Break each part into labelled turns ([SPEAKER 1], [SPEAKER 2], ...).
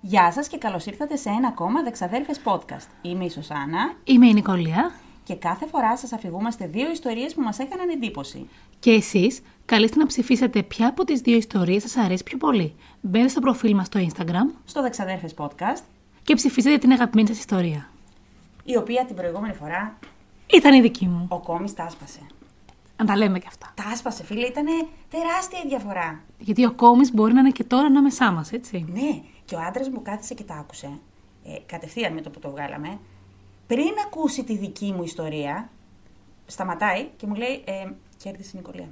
[SPEAKER 1] Γεια σας και καλώς ήρθατε σε ένα ακόμα Δεξαδέρφες Podcast. Είμαι η Σωσάνα
[SPEAKER 2] Είμαι η Νικολία
[SPEAKER 1] και κάθε φορά σας αφηγούμαστε δύο ιστορίες που μας έκαναν εντύπωση.
[SPEAKER 2] και εσείς καλείστε να ψηφίσετε ποια από τις δύο ιστορίες σας αρέσει πιο πολύ. Μπαίνετε στο προφίλ μας στο Instagram
[SPEAKER 1] Στο Δεξαδέρφες Podcast,
[SPEAKER 2] και ψηφίσετε την αγαπημένη σας ιστορία.
[SPEAKER 1] η οποία την προηγούμενη φορά
[SPEAKER 2] Ήταν η δική μου.
[SPEAKER 1] ο Κόμις τα άσπασε.
[SPEAKER 2] Να τα λέμε και αυτά.
[SPEAKER 1] Τα άσπασε φίλε, ήταν τεράστια η διαφορά.
[SPEAKER 2] Γιατί ο κόμις μπορεί να είναι και τώρα ανάμεσά μας, έτσι.
[SPEAKER 1] Ναι, και ο άντρας μου κάθισε και τα άκουσε. Ε, κατευθείαν με το που το βγάλαμε. Πριν ακούσει τη δική μου ιστορία, σταματάει και μου λέει: ε, Κέρδισε η Νικολία.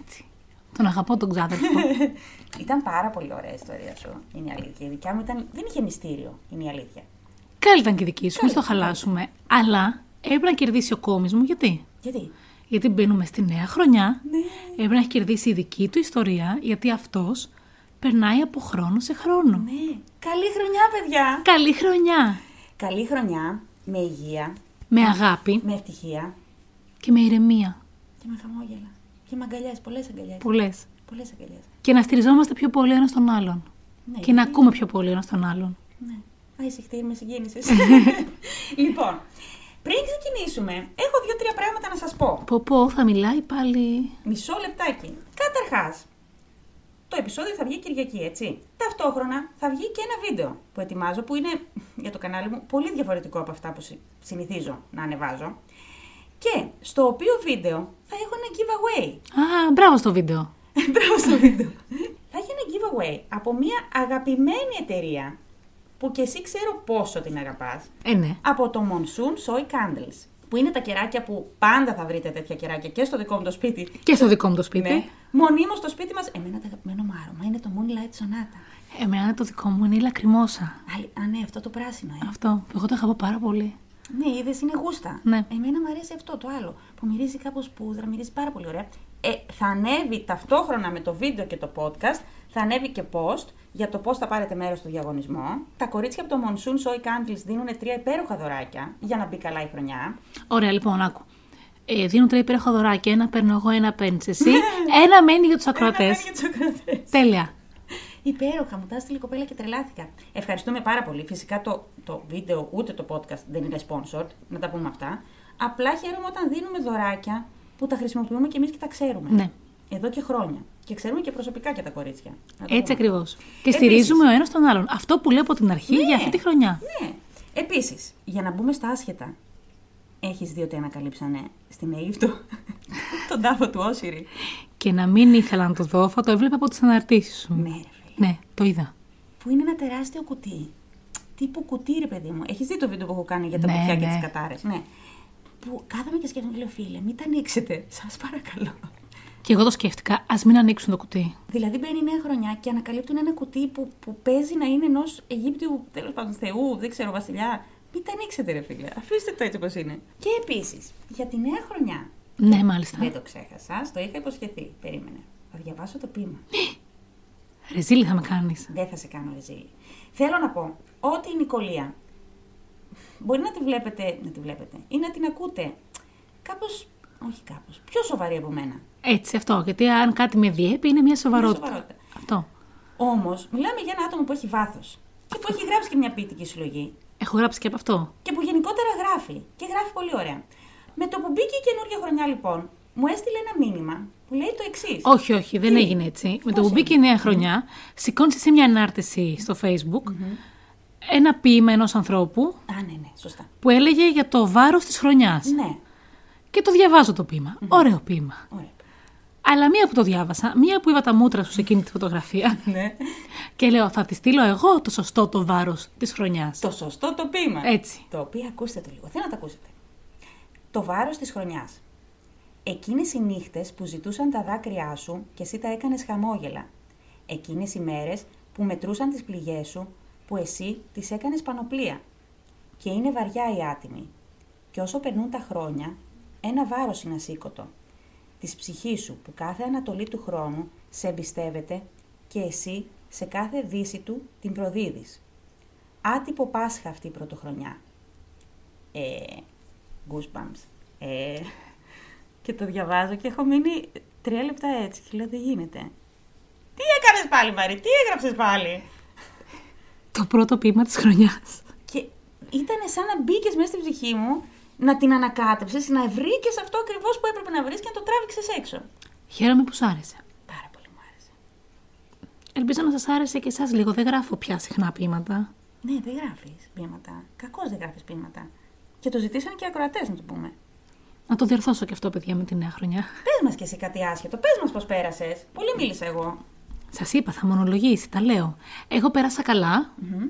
[SPEAKER 2] Έτσι. Τον αγαπώ τον ξάδερφο.
[SPEAKER 1] ήταν πάρα πολύ ωραία η ιστορία σου. Είναι η αλήθεια. Η δικιά μου ήταν... δεν είχε μυστήριο. Είναι η αλήθεια.
[SPEAKER 2] Καλή ήταν και η δική σου, μην
[SPEAKER 1] Καλή.
[SPEAKER 2] το χαλάσουμε. Αλλά έπρεπε να κερδίσει ο κόμις μου, γιατί.
[SPEAKER 1] Γιατί.
[SPEAKER 2] Γιατί μπαίνουμε στη νέα χρονιά.
[SPEAKER 1] Ναι.
[SPEAKER 2] Έπρεπε να έχει κερδίσει η δική του ιστορία, γιατί αυτός περνάει από χρόνο σε χρόνο.
[SPEAKER 1] Ναι. Καλή χρονιά, παιδιά.
[SPEAKER 2] Καλή χρονιά!
[SPEAKER 1] Καλή χρονιά με υγεία,
[SPEAKER 2] Με αγάπη
[SPEAKER 1] με ευτυχία
[SPEAKER 2] και με ηρεμία.
[SPEAKER 1] και με χαμόγελα. Και με αγκαλιέ, πολλέ αγκαλιέ.
[SPEAKER 2] Πολλές.
[SPEAKER 1] Πολλές αγκαλιέ.
[SPEAKER 2] Και να στηριζόμαστε πιο πολύ ένας τον άλλον.
[SPEAKER 1] Ναι,
[SPEAKER 2] και να ακούμε πιο πολύ ένας τον άλλον.
[SPEAKER 1] Ναι. Άισιχτη, με συγκίνησε. λοιπόν, πριν ξεκινήσουμε, έχω δύο-τρία πράγματα να σας πω.
[SPEAKER 2] Πω πω, θα μιλάει πάλι.
[SPEAKER 1] Μισό λεπτάκι. Καταρχάς, το επεισόδιο θα βγει Κυριακή, έτσι. Ταυτόχρονα θα βγει και ένα βίντεο που ετοιμάζω που είναι για το κανάλι μου πολύ διαφορετικό από αυτά που συ- συνηθίζω να ανεβάζω. Και στο οποίο βίντεο θα έχω ένα giveaway.
[SPEAKER 2] Α, μπράβο στο βίντεο.
[SPEAKER 1] Μπράβο στο βίντεο. Θα έχει ένα giveaway από μια αγαπημένη εταιρεία που και εσύ ξέρω πόσο την αγαπάς
[SPEAKER 2] Ε, ναι.
[SPEAKER 1] από το Monsoon Soy Candles. Που είναι τα κεράκια που πάντα θα βρείτε τέτοια κεράκια και στο δικό μου το σπίτι.
[SPEAKER 2] Και στο δικό μου το σπίτι.
[SPEAKER 1] Ναι. Μονίμως στο σπίτι μας. Εμένα το αγαπημένο μου άρωμα είναι το Moonlight Sonata.
[SPEAKER 2] Εμένα το δικό μου είναι η λακριμόσα.
[SPEAKER 1] Α, α, ναι, αυτό το πράσινο, ε.
[SPEAKER 2] Αυτό. που Εγώ το αγαπώ πάρα πολύ.
[SPEAKER 1] Ναι, είδες είναι γούστα.
[SPEAKER 2] Ναι.
[SPEAKER 1] Εμένα μου αρέσει αυτό το άλλο. Που μυρίζει κάπως πούδρα, μυρίζει πάρα πολύ ωραία. Ε, θα ανέβει ταυτόχρονα με το βίντεο και το podcast, θα ανέβει και post για το πώς θα πάρετε μέρος στο διαγωνισμό. Τα κορίτσια από το Monsoon Soy Candles δίνουν τρία υπέροχα δωράκια για να μπει καλά η χρονιά.
[SPEAKER 2] Ωραία, λοιπόν, άκου. Ε, δίνω τρία υπέροχα δωράκια. Ένα παίρνω εγώ, ένα παίρνεις εσύ. ένα μένει για τους ακροατές.
[SPEAKER 1] Ένα παίρνει και τους ακροατές.
[SPEAKER 2] Τέλεια.
[SPEAKER 1] Υπέροχα, μου τα έστειλε η κοπέλα και τρελάθηκα. Ευχαριστούμε πάρα πολύ. Φυσικά το, το βίντεο ούτε το podcast δεν είναι sponsored, να τα πούμε αυτά. Απλά χαίρομαι όταν δίνουμε δωράκια που τα χρησιμοποιούμε και εμείς και τα ξέρουμε.
[SPEAKER 2] Ναι.
[SPEAKER 1] Εδώ και χρόνια. Και ξέρουμε και προσωπικά και τα κορίτσια. Να το
[SPEAKER 2] Έτσι
[SPEAKER 1] πούμε.
[SPEAKER 2] ακριβώς. Και στηρίζουμε ο ένας τον άλλον. Αυτό που λέω από την αρχή
[SPEAKER 1] Ναι.
[SPEAKER 2] για αυτή τη χρονιά.
[SPEAKER 1] Ναι. Επίσης, για να μπούμε στα άσχετα, έχεις δει ότι ανακαλύψανε στην Αίγυπτο τον τάφο του Όσυρη.
[SPEAKER 2] Και να μην ήθελα να το δω, θα το έβλεπα από τις αναρτήσεις σου.
[SPEAKER 1] Ναι, ρε φίλε.
[SPEAKER 2] Ναι, το είδα.
[SPEAKER 1] Που είναι ένα τεράστιο κουτί. Τύπου κουτί, ρε παιδί μου. Έχεις δει το βίντεο που έχω κάνει για τα
[SPEAKER 2] Ναι,
[SPEAKER 1] κουτιά και
[SPEAKER 2] ναι.
[SPEAKER 1] τις κατάρες. Ναι. Που κάθαμε και σκέφτομαι και λέω, φίλε, μην τα ανοίξετε. Σας παρακαλώ.
[SPEAKER 2] Και εγώ το σκέφτηκα, ας μην ανοίξουν το κουτί.
[SPEAKER 1] Δηλαδή μπαίνει η νέα χρονιά και ανακαλύπτουν ένα κουτί που, που παίζει να είναι ενός Αιγύπτιου τέλος πάντων Θεού, δεν ξέρω, Βασιλιά. Μην τα ανοίξετε, ρε φίλε. Αφήστε το έτσι όπως είναι. Και επίσης, για τη νέα χρονιά.
[SPEAKER 2] Ναι, μάλιστα.
[SPEAKER 1] Δεν το ξέχασα, στο είχα υποσχεθεί. Περίμενε. Θα διαβάσω το πείμα.
[SPEAKER 2] Ρεζίλη θα με κάνεις.
[SPEAKER 1] Δεν θα σε κάνω ρεζίλη. Θέλω να πω ότι η Νικολία μπορεί να τη βλέπετε, να τη βλέπετε ή να την ακούτε κάπως, όχι κάπως, πιο σοβαρή από μένα.
[SPEAKER 2] Έτσι, αυτό. Γιατί αν κάτι με διέπει, είναι μια σοβαρότητα.
[SPEAKER 1] σοβαρότητα.
[SPEAKER 2] Αυτό.
[SPEAKER 1] Όμως, μιλάμε για ένα άτομο που έχει βάθος και που έχει γράψει και μια ποιητική συλλογή
[SPEAKER 2] Έχω γράψει και από αυτό.
[SPEAKER 1] και που γενικότερα γράφει και γράφει πολύ ωραία. Με το που μπήκε η καινούργια χρονιά λοιπόν, μου έστειλε ένα μήνυμα που λέει το εξής.
[SPEAKER 2] Όχι, όχι, δεν
[SPEAKER 1] Τι?
[SPEAKER 2] έγινε έτσι. Με το
[SPEAKER 1] Πώς
[SPEAKER 2] που μπήκε η νέα χρονιά, σηκώνει εσύ μια ανάρτηση στο Facebook, ένα ποίημα ενός ανθρώπου
[SPEAKER 1] Α, ναι, ναι, σωστά.
[SPEAKER 2] που έλεγε για το βάρος της χρονιάς.
[SPEAKER 1] Ναι,
[SPEAKER 2] Και το διαβάζω το ποιημα Ωραίο ποίημα.
[SPEAKER 1] ωραία.
[SPEAKER 2] Αλλά μία που το διάβασα, μία που είδα τα μούτρα σου σε εκείνη τη φωτογραφία.
[SPEAKER 1] Ναι.
[SPEAKER 2] Και λέω, θα τη στείλω εγώ το σωστό το βάρος της χρονιάς.
[SPEAKER 1] Το σωστό το πείμα.
[SPEAKER 2] Έτσι.
[SPEAKER 1] Το οποίο ακούστε το λίγο. Θέλω να το ακούσετε. Το βάρος της χρονιάς. Εκείνες οι νύχτες που ζητούσαν τα δάκρυά σου και εσύ τα έκανες χαμόγελα. Εκείνες οι μέρες που μετρούσαν τις πληγές σου που εσύ τις έκανες πανοπλία. Και είναι βαριά η άτιμη. Και όσο περνούν τα χρόνια, ένα βάρος είναι ασήκωτο. Της ψυχής σου που κάθε ανατολή του χρόνου σε εμπιστεύεται και εσύ σε κάθε δύση του την προδίδεις. Άτυπο Πάσχα αυτή η πρωτοχρονιά. Ε, goosebumps. Ε, και το διαβάζω και έχω μείνει τρία λεπτά έτσι και λέω δεν γίνεται. Τι έκανες πάλι Μαρή, τι έγραψες πάλι.
[SPEAKER 2] Το πρώτο ποίημα της χρονιάς.
[SPEAKER 1] Και ήταν σαν να μπήκες μέσα στην ψυχή μου, να την ανακάτεψες, να βρήκες αυτό ακριβώς που έπρεπε να βρεις και να το τράβηξες έξω.
[SPEAKER 2] Χαίρομαι που σ' άρεσε.
[SPEAKER 1] Πάρα πολύ μου άρεσε.
[SPEAKER 2] Ελπίζω να σας άρεσε και εσάς λίγο. Δεν γράφω πια συχνά ποίηματα.
[SPEAKER 1] Ναι, δεν γράφεις ποίηματα. Κακώς δεν γράφεις ποίηματα. Και το ζητήσαν και οι ακροατές, να το πούμε.
[SPEAKER 2] Να το διορθώσω και αυτό, παιδιά, με τη νέα χρονιά.
[SPEAKER 1] Πες μας κι εσύ κάτι άσχετο. Πες μας πώς πέρασες. Πολύ μίλησα εγώ.
[SPEAKER 2] Σας είπα, θα μονολογήσει, τα λέω. Εγώ πέρασα καλά. Μ,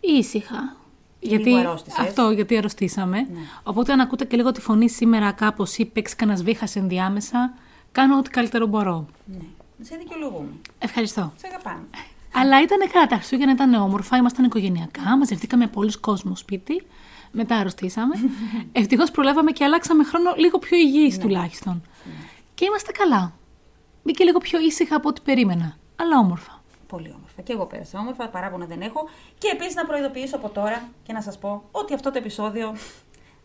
[SPEAKER 2] Ήσυχα. Γιατί
[SPEAKER 1] λίγο αρρώστησες. Ναι.
[SPEAKER 2] αυτό, γιατί αρρωστήσαμε. Οπότε, αν ακούτε και λίγο τη φωνή σήμερα, κάπως ή παίξει κανένας βήχας ενδιάμεσα, κάνω ό,τι καλύτερο μπορώ.
[SPEAKER 1] Ναι. Σε δικαιολογούμε.
[SPEAKER 2] Ευχαριστώ.
[SPEAKER 1] Σε αγαπάμε.
[SPEAKER 2] Αλλά ήταν καλά τα Χριστούγεννα, ήταν όμορφα, ήμασταν οικογενειακά, μαζευτήκαμε πολλοί κόσμο σπίτι. Μετά αρρωστήσαμε. Ευτυχώς προλάβαμε και αλλάξαμε χρόνο λίγο πιο υγιείς τουλάχιστον. Και είμαστε καλά. Μπήκε λίγο πιο ήσυχα από ό,τι περίμενα. Αλλά όμορφα.
[SPEAKER 1] Πολύ όμορφα. Και εγώ πέρασα όμορφα, παράπονα δεν έχω. Και επίσης να προειδοποιήσω από τώρα και να σας πω ότι αυτό το επεισόδιο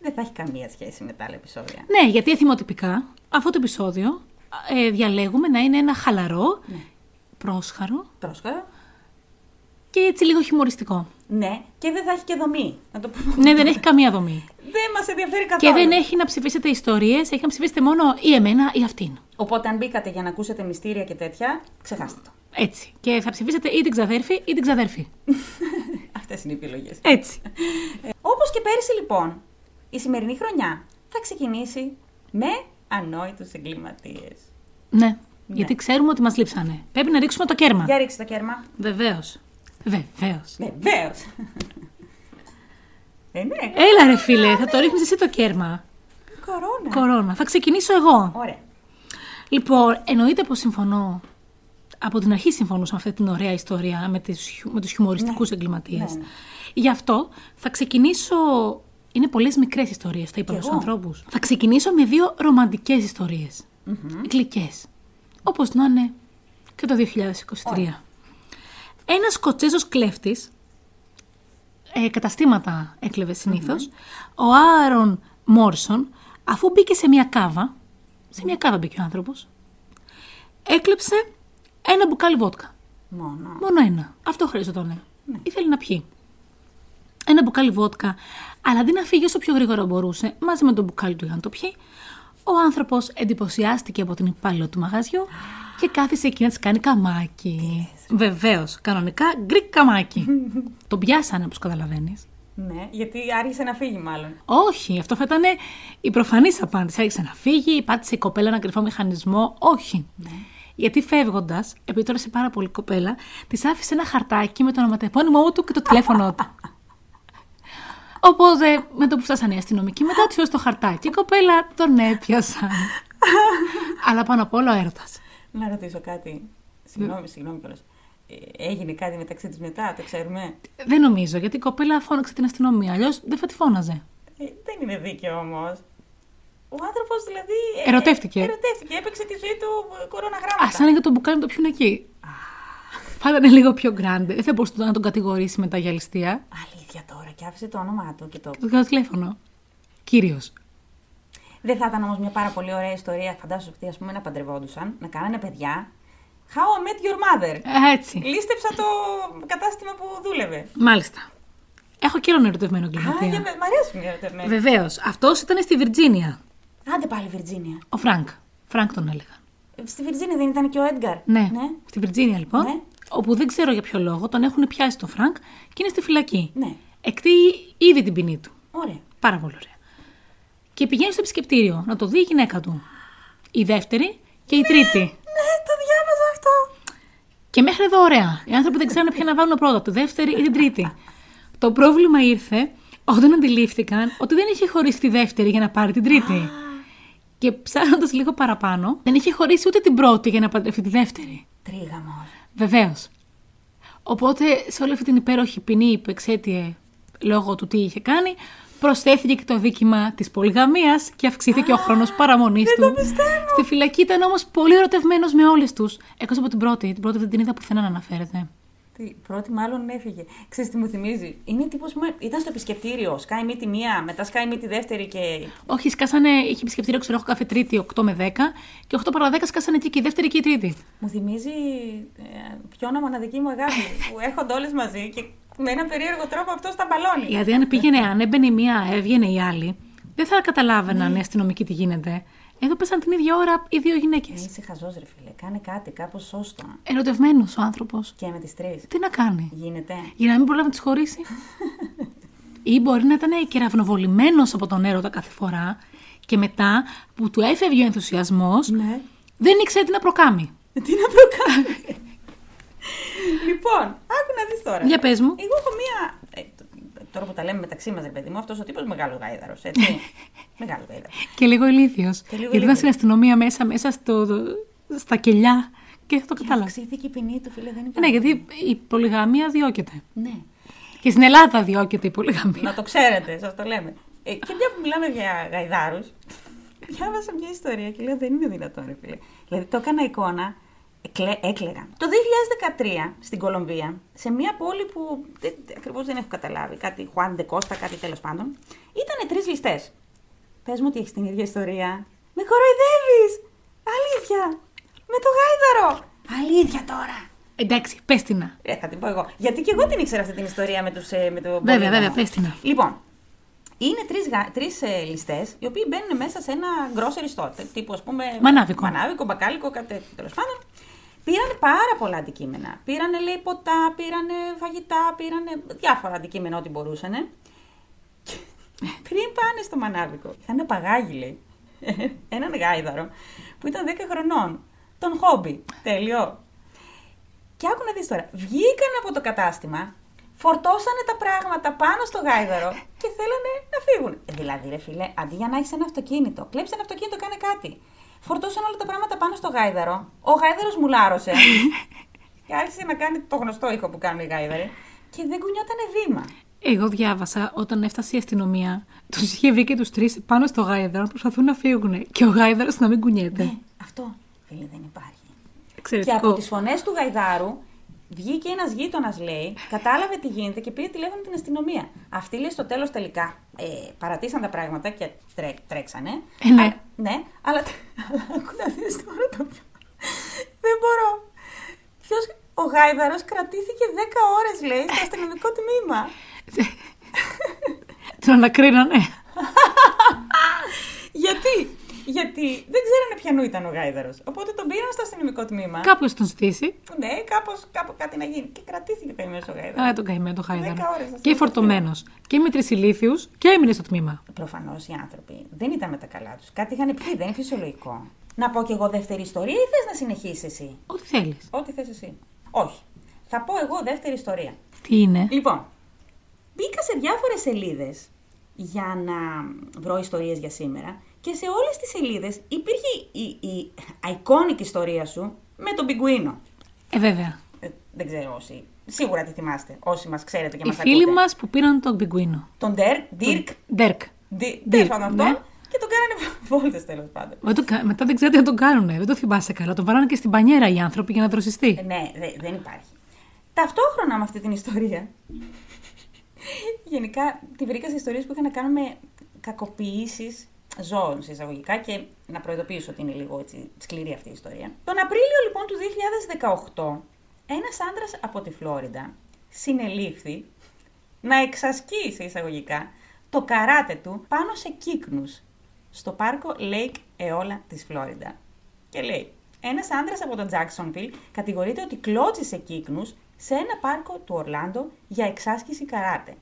[SPEAKER 1] δεν θα έχει καμία σχέση με τα άλλα επεισόδια.
[SPEAKER 2] Ναι, γιατί εθιμοτυπικά αυτό το επεισόδιο ε, διαλέγουμε να είναι ένα χαλαρό, πρόσχαρο
[SPEAKER 1] Πρόσχαρα.
[SPEAKER 2] και έτσι λίγο χιουμοριστικό.
[SPEAKER 1] Ναι, και δεν θα έχει και δομή. Να το πούμε.
[SPEAKER 2] ναι, δεν έχει καμία δομή.
[SPEAKER 1] Δεν μας ενδιαφέρει
[SPEAKER 2] και
[SPEAKER 1] καθόλου.
[SPEAKER 2] δεν έχει να ψηφίσετε ιστορίες, έχει να ψηφίσετε μόνο ή εμένα ή αυτήν.
[SPEAKER 1] Οπότε, αν μπήκατε για να ακούσετε μυστήρια και τέτοια, ξεχάστε το.
[SPEAKER 2] Έτσι. Και θα ψηφίσετε ή την ξαδέρφη ή την ξαδέρφη.
[SPEAKER 1] Αυτές είναι οι επιλογές.
[SPEAKER 2] Έτσι.
[SPEAKER 1] Όπως και πέρυσι, λοιπόν, η σημερινή χρονιά θα ξεκινήσει με ανόητους εγκληματίες.
[SPEAKER 2] ναι. Γιατί ξέρουμε ότι μας λείψανε. Πρέπει να ρίξουμε το κέρμα.
[SPEAKER 1] Για ρίξτε το κέρμα.
[SPEAKER 2] Βεβαίως. Βεβαίως.
[SPEAKER 1] Βεβαίως. Ε, ναι,
[SPEAKER 2] Έλα ρε φίλε, θα το ρίχνεις εσύ το κέρμα.
[SPEAKER 1] κορώνα.
[SPEAKER 2] Κορώνα. Θα ξεκινήσω εγώ.
[SPEAKER 1] Ωραία.
[SPEAKER 2] Λοιπόν, εννοείται πως συμφωνώ. Από την αρχή συμφωνούσα με αυτή την ωραία ιστορία με, τις, χιου- με τους χιουμοριστικούς
[SPEAKER 1] Ναι.
[SPEAKER 2] εγκληματίες.
[SPEAKER 1] Ναι, ναι.
[SPEAKER 2] Γι' αυτό θα ξεκινήσω... Είναι πολλές μικρές ιστορίες, τα είπα
[SPEAKER 1] Κι
[SPEAKER 2] στους
[SPEAKER 1] εγώ.
[SPEAKER 2] ανθρώπους. Θα ξεκινήσω με δύο ρομαντικές ιστορίες. Γλυκές. Όπως να είναι και το 2023.
[SPEAKER 1] Ωραία.
[SPEAKER 2] Ένας Σκοτσέζος κλέφτης, ε, καταστήματα έκλεβε συνήθως, ο Άρον Μόρσον, αφού μπήκε σε μια κάβα, σε μια κάβα μπήκε ο άνθρωπος, έκλεψε ένα μπουκάλι βότκα.
[SPEAKER 1] Μόνο.
[SPEAKER 2] Μόνο ένα. Αυτό χρειαζόταν. ναι. Ήθελε να πιει. Ένα μπουκάλι βότκα. Αλλά αντί να φύγει όσο πιο γρήγορα μπορούσε, μαζί με το μπουκάλι του για να το πιει, ο άνθρωπος εντυπωσιάστηκε από την υπάλληλο του μαγαζιού και κάθισε εκεί να της κάνει καμάκι. Βεβαίως, κανονικά γκρικ καμάκι. Τον πιάσανε, όπως καταλαβαίνεις.
[SPEAKER 1] Ναι, γιατί άρχισε να φύγει, μάλλον.
[SPEAKER 2] Όχι, αυτό θα ήταν η προφανής απάντηση. Άρχισε να φύγει, πάτησε η κοπέλα ένα κρυφό μηχανισμό. Όχι. Γιατί φεύγοντας, επειδή τώρα είσαι πάρα πολύ κοπέλα, της άφησε ένα χαρτάκι με το ονοματεπώνυμό του και το τηλέφωνό του. Οπότε με το που φτάσανε οι αστυνομικοί, μετά τους έδωσε το χαρτάκι. Η κοπέλα τον έπιασαν. Αλλά πάνω απ' όλα ο έρωτας.
[SPEAKER 1] Να ρωτήσω κάτι. Συγγνώμη, συγγνώμη κιόλας. Έγινε κάτι μεταξύ τους μετά, το ξέρουμε.
[SPEAKER 2] Δεν νομίζω, γιατί η κοπέλα φώναξε την αστυνομία. Αλλιώς δεν θα τη φώναζε.
[SPEAKER 1] Ε, δεν είναι δίκαιο όμως. Ο άνθρωπος δηλαδή. ε,
[SPEAKER 2] Ερωτεύτηκε.
[SPEAKER 1] ερωτεύτηκε. Έπαιξε τη ζωή του ε,
[SPEAKER 2] Α
[SPEAKER 1] κοροναγράμματα.
[SPEAKER 2] άνοιγε το μπουκάλι να το πιούν εκεί. Θα ήταν λίγο πιο grande. Δεν θα μπορούσε να τον κατηγορήσει μετά για ληστεία.
[SPEAKER 1] Αλήθεια τώρα, και άφησε το όνομά του και το.
[SPEAKER 2] Του το τηλέφωνο. Κύριος.
[SPEAKER 1] Δεν θα ήταν όμως μια πάρα πολύ ωραία ιστορία, φαντάζομαι ότι ας πούμε να παντρευόντουσαν, να κάνανε παιδιά. How I met your mother.
[SPEAKER 2] Ε, Έτσι.
[SPEAKER 1] Λίστεψα το κατάστημα που δούλευε.
[SPEAKER 2] Μάλιστα. Έχω και έναν ερωτευμένο
[SPEAKER 1] Α, για
[SPEAKER 2] εγκληματία.
[SPEAKER 1] μέ- μ' αρέσουν οι ερωτευμένοι.
[SPEAKER 2] Βεβαίως. Αυτός ήταν στη Βιρτζίνια.
[SPEAKER 1] Άντε πάλι Βιρτζίνια.
[SPEAKER 2] Ο Φρανκ. Φρανκ τον έλεγαν.
[SPEAKER 1] Στη Βιρτζίνια δεν ήταν και ο Έντγκαρ.
[SPEAKER 2] Ναι. Στη Βιρτζίνια λοιπόν.
[SPEAKER 1] Ναι.
[SPEAKER 2] Όπου δεν ξέρω για ποιο λόγο τον έχουν πιάσει τον Φρανκ και είναι στη φυλακή.
[SPEAKER 1] Ναι.
[SPEAKER 2] Εκτείει ήδη την ποινή του.
[SPEAKER 1] Ωραία.
[SPEAKER 2] Πάρα πολύ ωραία. Και πηγαίνει στο επισκεπτήριο να το δει η γυναίκα του. Η δεύτερη και η τρίτη.
[SPEAKER 1] Ναι, το διάβαζα αυτό.
[SPEAKER 2] Και μέχρι εδώ ωραία. Οι άνθρωποι δεν ξέρουν ποια να βάλουν πρώτα, τη δεύτερη ή την τρίτη. Το πρόβλημα ήρθε όταν αντιλήφθηκαν ότι δεν είχε χωρίσει τη δεύτερη για να πάρει την τρίτη. Και ψάχνοντας λίγο παραπάνω, δεν είχε χωρίσει ούτε την πρώτη για να παντρευτεί τη δεύτερη.
[SPEAKER 1] Τρίγαμο.
[SPEAKER 2] Βεβαίως. Οπότε σε όλη αυτή την υπέροχη ποινή που εξέτειε λόγω του τι είχε κάνει, προσθέθηκε και το δίκημα της πολυγαμίας και αυξήθηκε ο χρόνος παραμονής του.
[SPEAKER 1] το πιστεύω.
[SPEAKER 2] Στη φυλακή ήταν όμως πολύ ερωτευμένος με όλες τους. Εκτός από την πρώτη. Την πρώτη δεν την είδα πουθενά να αναφέρεται.
[SPEAKER 1] Τι, πρώτη μάλλον έφυγε. Ξέρεις τι μου θυμίζει. Είναι τύπος, με- ήταν στο επισκεπτήριο, σκάει μύτη μία, μετά σκάει μύτη δεύτερη και...
[SPEAKER 2] Όχι, σκάσανε, είχε επισκεπτήριο, ξέρω εγώ, κάθε Τρίτη 8 με 10 και 8 παρα 10 σκάσανε και, και η δεύτερη και η τρίτη.
[SPEAKER 1] Μου θυμίζει ε, ποιόνα μοναδική μου αγάπη που έρχονται όλες μαζί και με ένα περίεργο τρόπο αυτό τα μπαλώνει.
[SPEAKER 2] Γιατί αν πήγαινε, αν έμπαινε η μία, έβγαινε η άλλη, δεν θα
[SPEAKER 1] Ναι.
[SPEAKER 2] καταλάβαιναν οι αστυνομικοί τι γίνεται. Εδώ πέσαν την ίδια ώρα οι δύο γυναίκες.
[SPEAKER 1] Είσαι χαζός ρε φίλε, κάνε κάτι, κάπως σώστο.
[SPEAKER 2] Ερωτευμένος ο άνθρωπος.
[SPEAKER 1] Και με τις τρεις.
[SPEAKER 2] Τι να κάνει,
[SPEAKER 1] Γίνεται.
[SPEAKER 2] για να μην προλάβει να τις χωρίσει. Ή μπορεί να ήταν κεραυνοβολημένο από τον έρωτα κάθε φορά και μετά που του έφευγε ο ενθουσιασμός,
[SPEAKER 1] Ναι.
[SPEAKER 2] δεν ήξερε τι να προκάμει.
[SPEAKER 1] Τι να προκάνει. λοιπόν, άκου να δεις τώρα.
[SPEAKER 2] Για πες μου.
[SPEAKER 1] Εγώ έχω μία. ε, τ- τώρα που τα λέμε μεταξύ μας, ρε παιδί μου, αυτός ο τύπος μεγάλο γάιδαρος. Έτσι. μεγάλο γάιδαρος.
[SPEAKER 2] Και λίγο ηλίθιος. Γιατί ήταν
[SPEAKER 1] ηλίθιος.
[SPEAKER 2] στην αστυνομία μέσα, μέσα στο, στα κελιά και δεν το κατάλαβα.
[SPEAKER 1] Αυξήθηκε η ποινή του, φίλε, δεν
[SPEAKER 2] Ναι,
[SPEAKER 1] υπάρχει.
[SPEAKER 2] γιατί η πολυγαμία διώκεται.
[SPEAKER 1] Ναι.
[SPEAKER 2] Και στην Ελλάδα διώκεται η πολυγαμία.
[SPEAKER 1] Να το ξέρετε, σας το λέμε. Ε, και μια που μιλάμε για γαϊδάρους, διάβασα μια ιστορία και λέω δεν είναι δυνατόν, ρε φίλε. Δηλαδή το έκανα εικόνα, εκλέ, έκλαιγα. Το 2013 στην Κολομβία, σε μια πόλη που δεν, ακριβώς δεν έχω καταλάβει, κάτι Χουάν Ντεκώστα, κάτι τέλος πάντων, ήταν τρεις ληστές. Πες μου ότι έχεις την ίδια ιστορία. Με κοροϊδεύεις! Αλήθεια! Με το γάιδαρο! Αλήθεια τώρα!
[SPEAKER 2] Εντάξει, πες την. να.
[SPEAKER 1] Ε, θα την πω εγώ. Γιατί και εγώ την ήξερα αυτή την ιστορία με, τους, ε, με το
[SPEAKER 2] Βέβαια,
[SPEAKER 1] Πολύδωνα.
[SPEAKER 2] βέβαια, πες την.
[SPEAKER 1] Λοιπόν, είναι τρεις, γα- τρεις ε, ληστές, οι οποίοι μπαίνουν μέσα σε ένα grocery store, τε- τύπου ας πούμε...
[SPEAKER 2] Μανάβικο.
[SPEAKER 1] Μανάβικο, μπακάλικο, κάτι τέτοιο τέλος πάντων. Πήραν πάρα πολλά αντικείμενα. Πήρανε λέει ποτά, πήρανε φαγητά, πήρανε διάφορα αντικείμενα ό,τι μπορούσανε. Και πριν πάνε στο μανάβικο, είχαν ένα παγάγι λέει, έναν γάιδαρο που ήταν 10 χρονών. Τον χόμπι. Τέλειο. Και άκου να δεις τώρα. Βγήκαν από το κατάστημα, φορτώσανε τα πράγματα πάνω στο γάιδαρο και θέλανε να φύγουν. Ε, Δηλαδή, ρε φίλε, αντί για να έχεις ένα αυτοκίνητο, κλέψε ένα αυτοκίνητο, κάνε κάτι. Φορτώσαν όλα τα πράγματα πάνω στο γάιδαρο. Ο γάιδαρος μουλάρωσε. και άρχισε να κάνει το γνωστό ήχο που κάνουν οι γάιδαροι. Και δεν κουνιότανε βήμα.
[SPEAKER 2] Εγώ διάβασα όταν έφτασε η αστυνομία, τους είχε βγει και τους τρεις πάνω στο γάιδαρο να προσπαθούν να φύγουν. Και ο γάιδαρος να μην κουνιέται.
[SPEAKER 1] Ναι, αυτό, φίλε, δεν υπάρχει. Και από
[SPEAKER 2] Εξαιρετικό.
[SPEAKER 1] τις φωνές του Γαϊδάρου βγήκε ένας γείτονας, λέει, κατάλαβε τι γίνεται και πήρε τηλέφωνο την αστυνομία. Αυτοί, λέει, στο τέλος τελικά ε, παρατήσαν τα πράγματα και τρέ, τρέξανε.
[SPEAKER 2] Ε, ναι.
[SPEAKER 1] Α, ναι, αλλά. αλλά Άκου να δει τώρα το πιο. Δεν μπορώ. Ποιος, ο Γάιδαρος κρατήθηκε 10 ώρες, λέει, στο αστυνομικό τμήμα.
[SPEAKER 2] Τον ανακρίνανε.
[SPEAKER 1] Γιατί? Γιατί δεν ξέρανε ποιανού ήταν ο Γάιδαρος. Οπότε τον πήραν στο αστυνομικό τμήμα.
[SPEAKER 2] Κάποιο τον στήσει.
[SPEAKER 1] Ναι, κάπως, κάπου κάτι να γίνει. Και κρατήθηκε καημένος ο Γάιδαρος.
[SPEAKER 2] Αλλά Ε, τον καημένο τον γάιδαρο.
[SPEAKER 1] Δέκα ώρες, αυτό
[SPEAKER 2] Και
[SPEAKER 1] είναι
[SPEAKER 2] φορτωμένο. Και με τρει ηλίθιου και έμεινε στο τμήμα.
[SPEAKER 1] Προφανώς οι άνθρωποι δεν ήταν με τα καλά τους. Κάτι είχαν πει, δεν είναι φυσιολογικό. Να πω κι εγώ δεύτερη ιστορία ή θες να συνεχίσεις εσύ.
[SPEAKER 2] Ό,τι θέλεις.
[SPEAKER 1] Ό,τι θες εσύ. Όχι. Θα πω εγώ δεύτερη ιστορία.
[SPEAKER 2] Τι είναι.
[SPEAKER 1] Λοιπόν, μπήκα σε διάφορες σελίδες για να βρω ιστορίες για σήμερα και σε όλες τις σελίδες υπήρχε η, η iconic ιστορία σου με τον πιγκουίνο.
[SPEAKER 2] Ε, βέβαια.
[SPEAKER 1] Ε, δεν ξέρω όσοι. Σίγουρα τη θυμάστε. Όσοι μας ξέρετε και
[SPEAKER 2] Οι
[SPEAKER 1] μας
[SPEAKER 2] φίλοι
[SPEAKER 1] ακούτε.
[SPEAKER 2] μας που πήραν τον πιγκουίνο.
[SPEAKER 1] Τον Ντέρ, Ντίρκ,
[SPEAKER 2] Ντέρκ.
[SPEAKER 1] Ντί-
[SPEAKER 2] Dirk,
[SPEAKER 1] τέλος πάντων
[SPEAKER 2] ναι.
[SPEAKER 1] αυτό. Και τον κάνανε βόλτες τέλος πάντων.
[SPEAKER 2] Μα το κα- Μετά δεν ξέρετε αν τον κάνουν. Δεν το θυμάσαι καλά. Τον βάλανε και στην πανιέρα οι άνθρωποι για να δροσιστεί.
[SPEAKER 1] Ε, Ναι, δε- δεν υπάρχει. Ταυτόχρονα με αυτή την ιστορία, γενικά τη βρήκα σε ιστορίες που είχαν να κάνουν με κακοποιήσεις ζώων σε εισαγωγικά και να προειδοποιήσω ότι είναι λίγο έτσι, σκληρή αυτή η ιστορία. Τον Απρίλιο λοιπόν του 2018, ένας άντρας από τη Φλόριντα συνελήφθη να εξασκεί σε εισαγωγικά το καράτε του πάνω σε κύκνους στο πάρκο Lake Eola της Φλόριντα. Και λέει, ένας άντρας από το Jacksonville κατηγορείται ότι κλώτσισε κύκνους σε ένα πάρκο του Ορλάντο για εξάσκηση καράτε.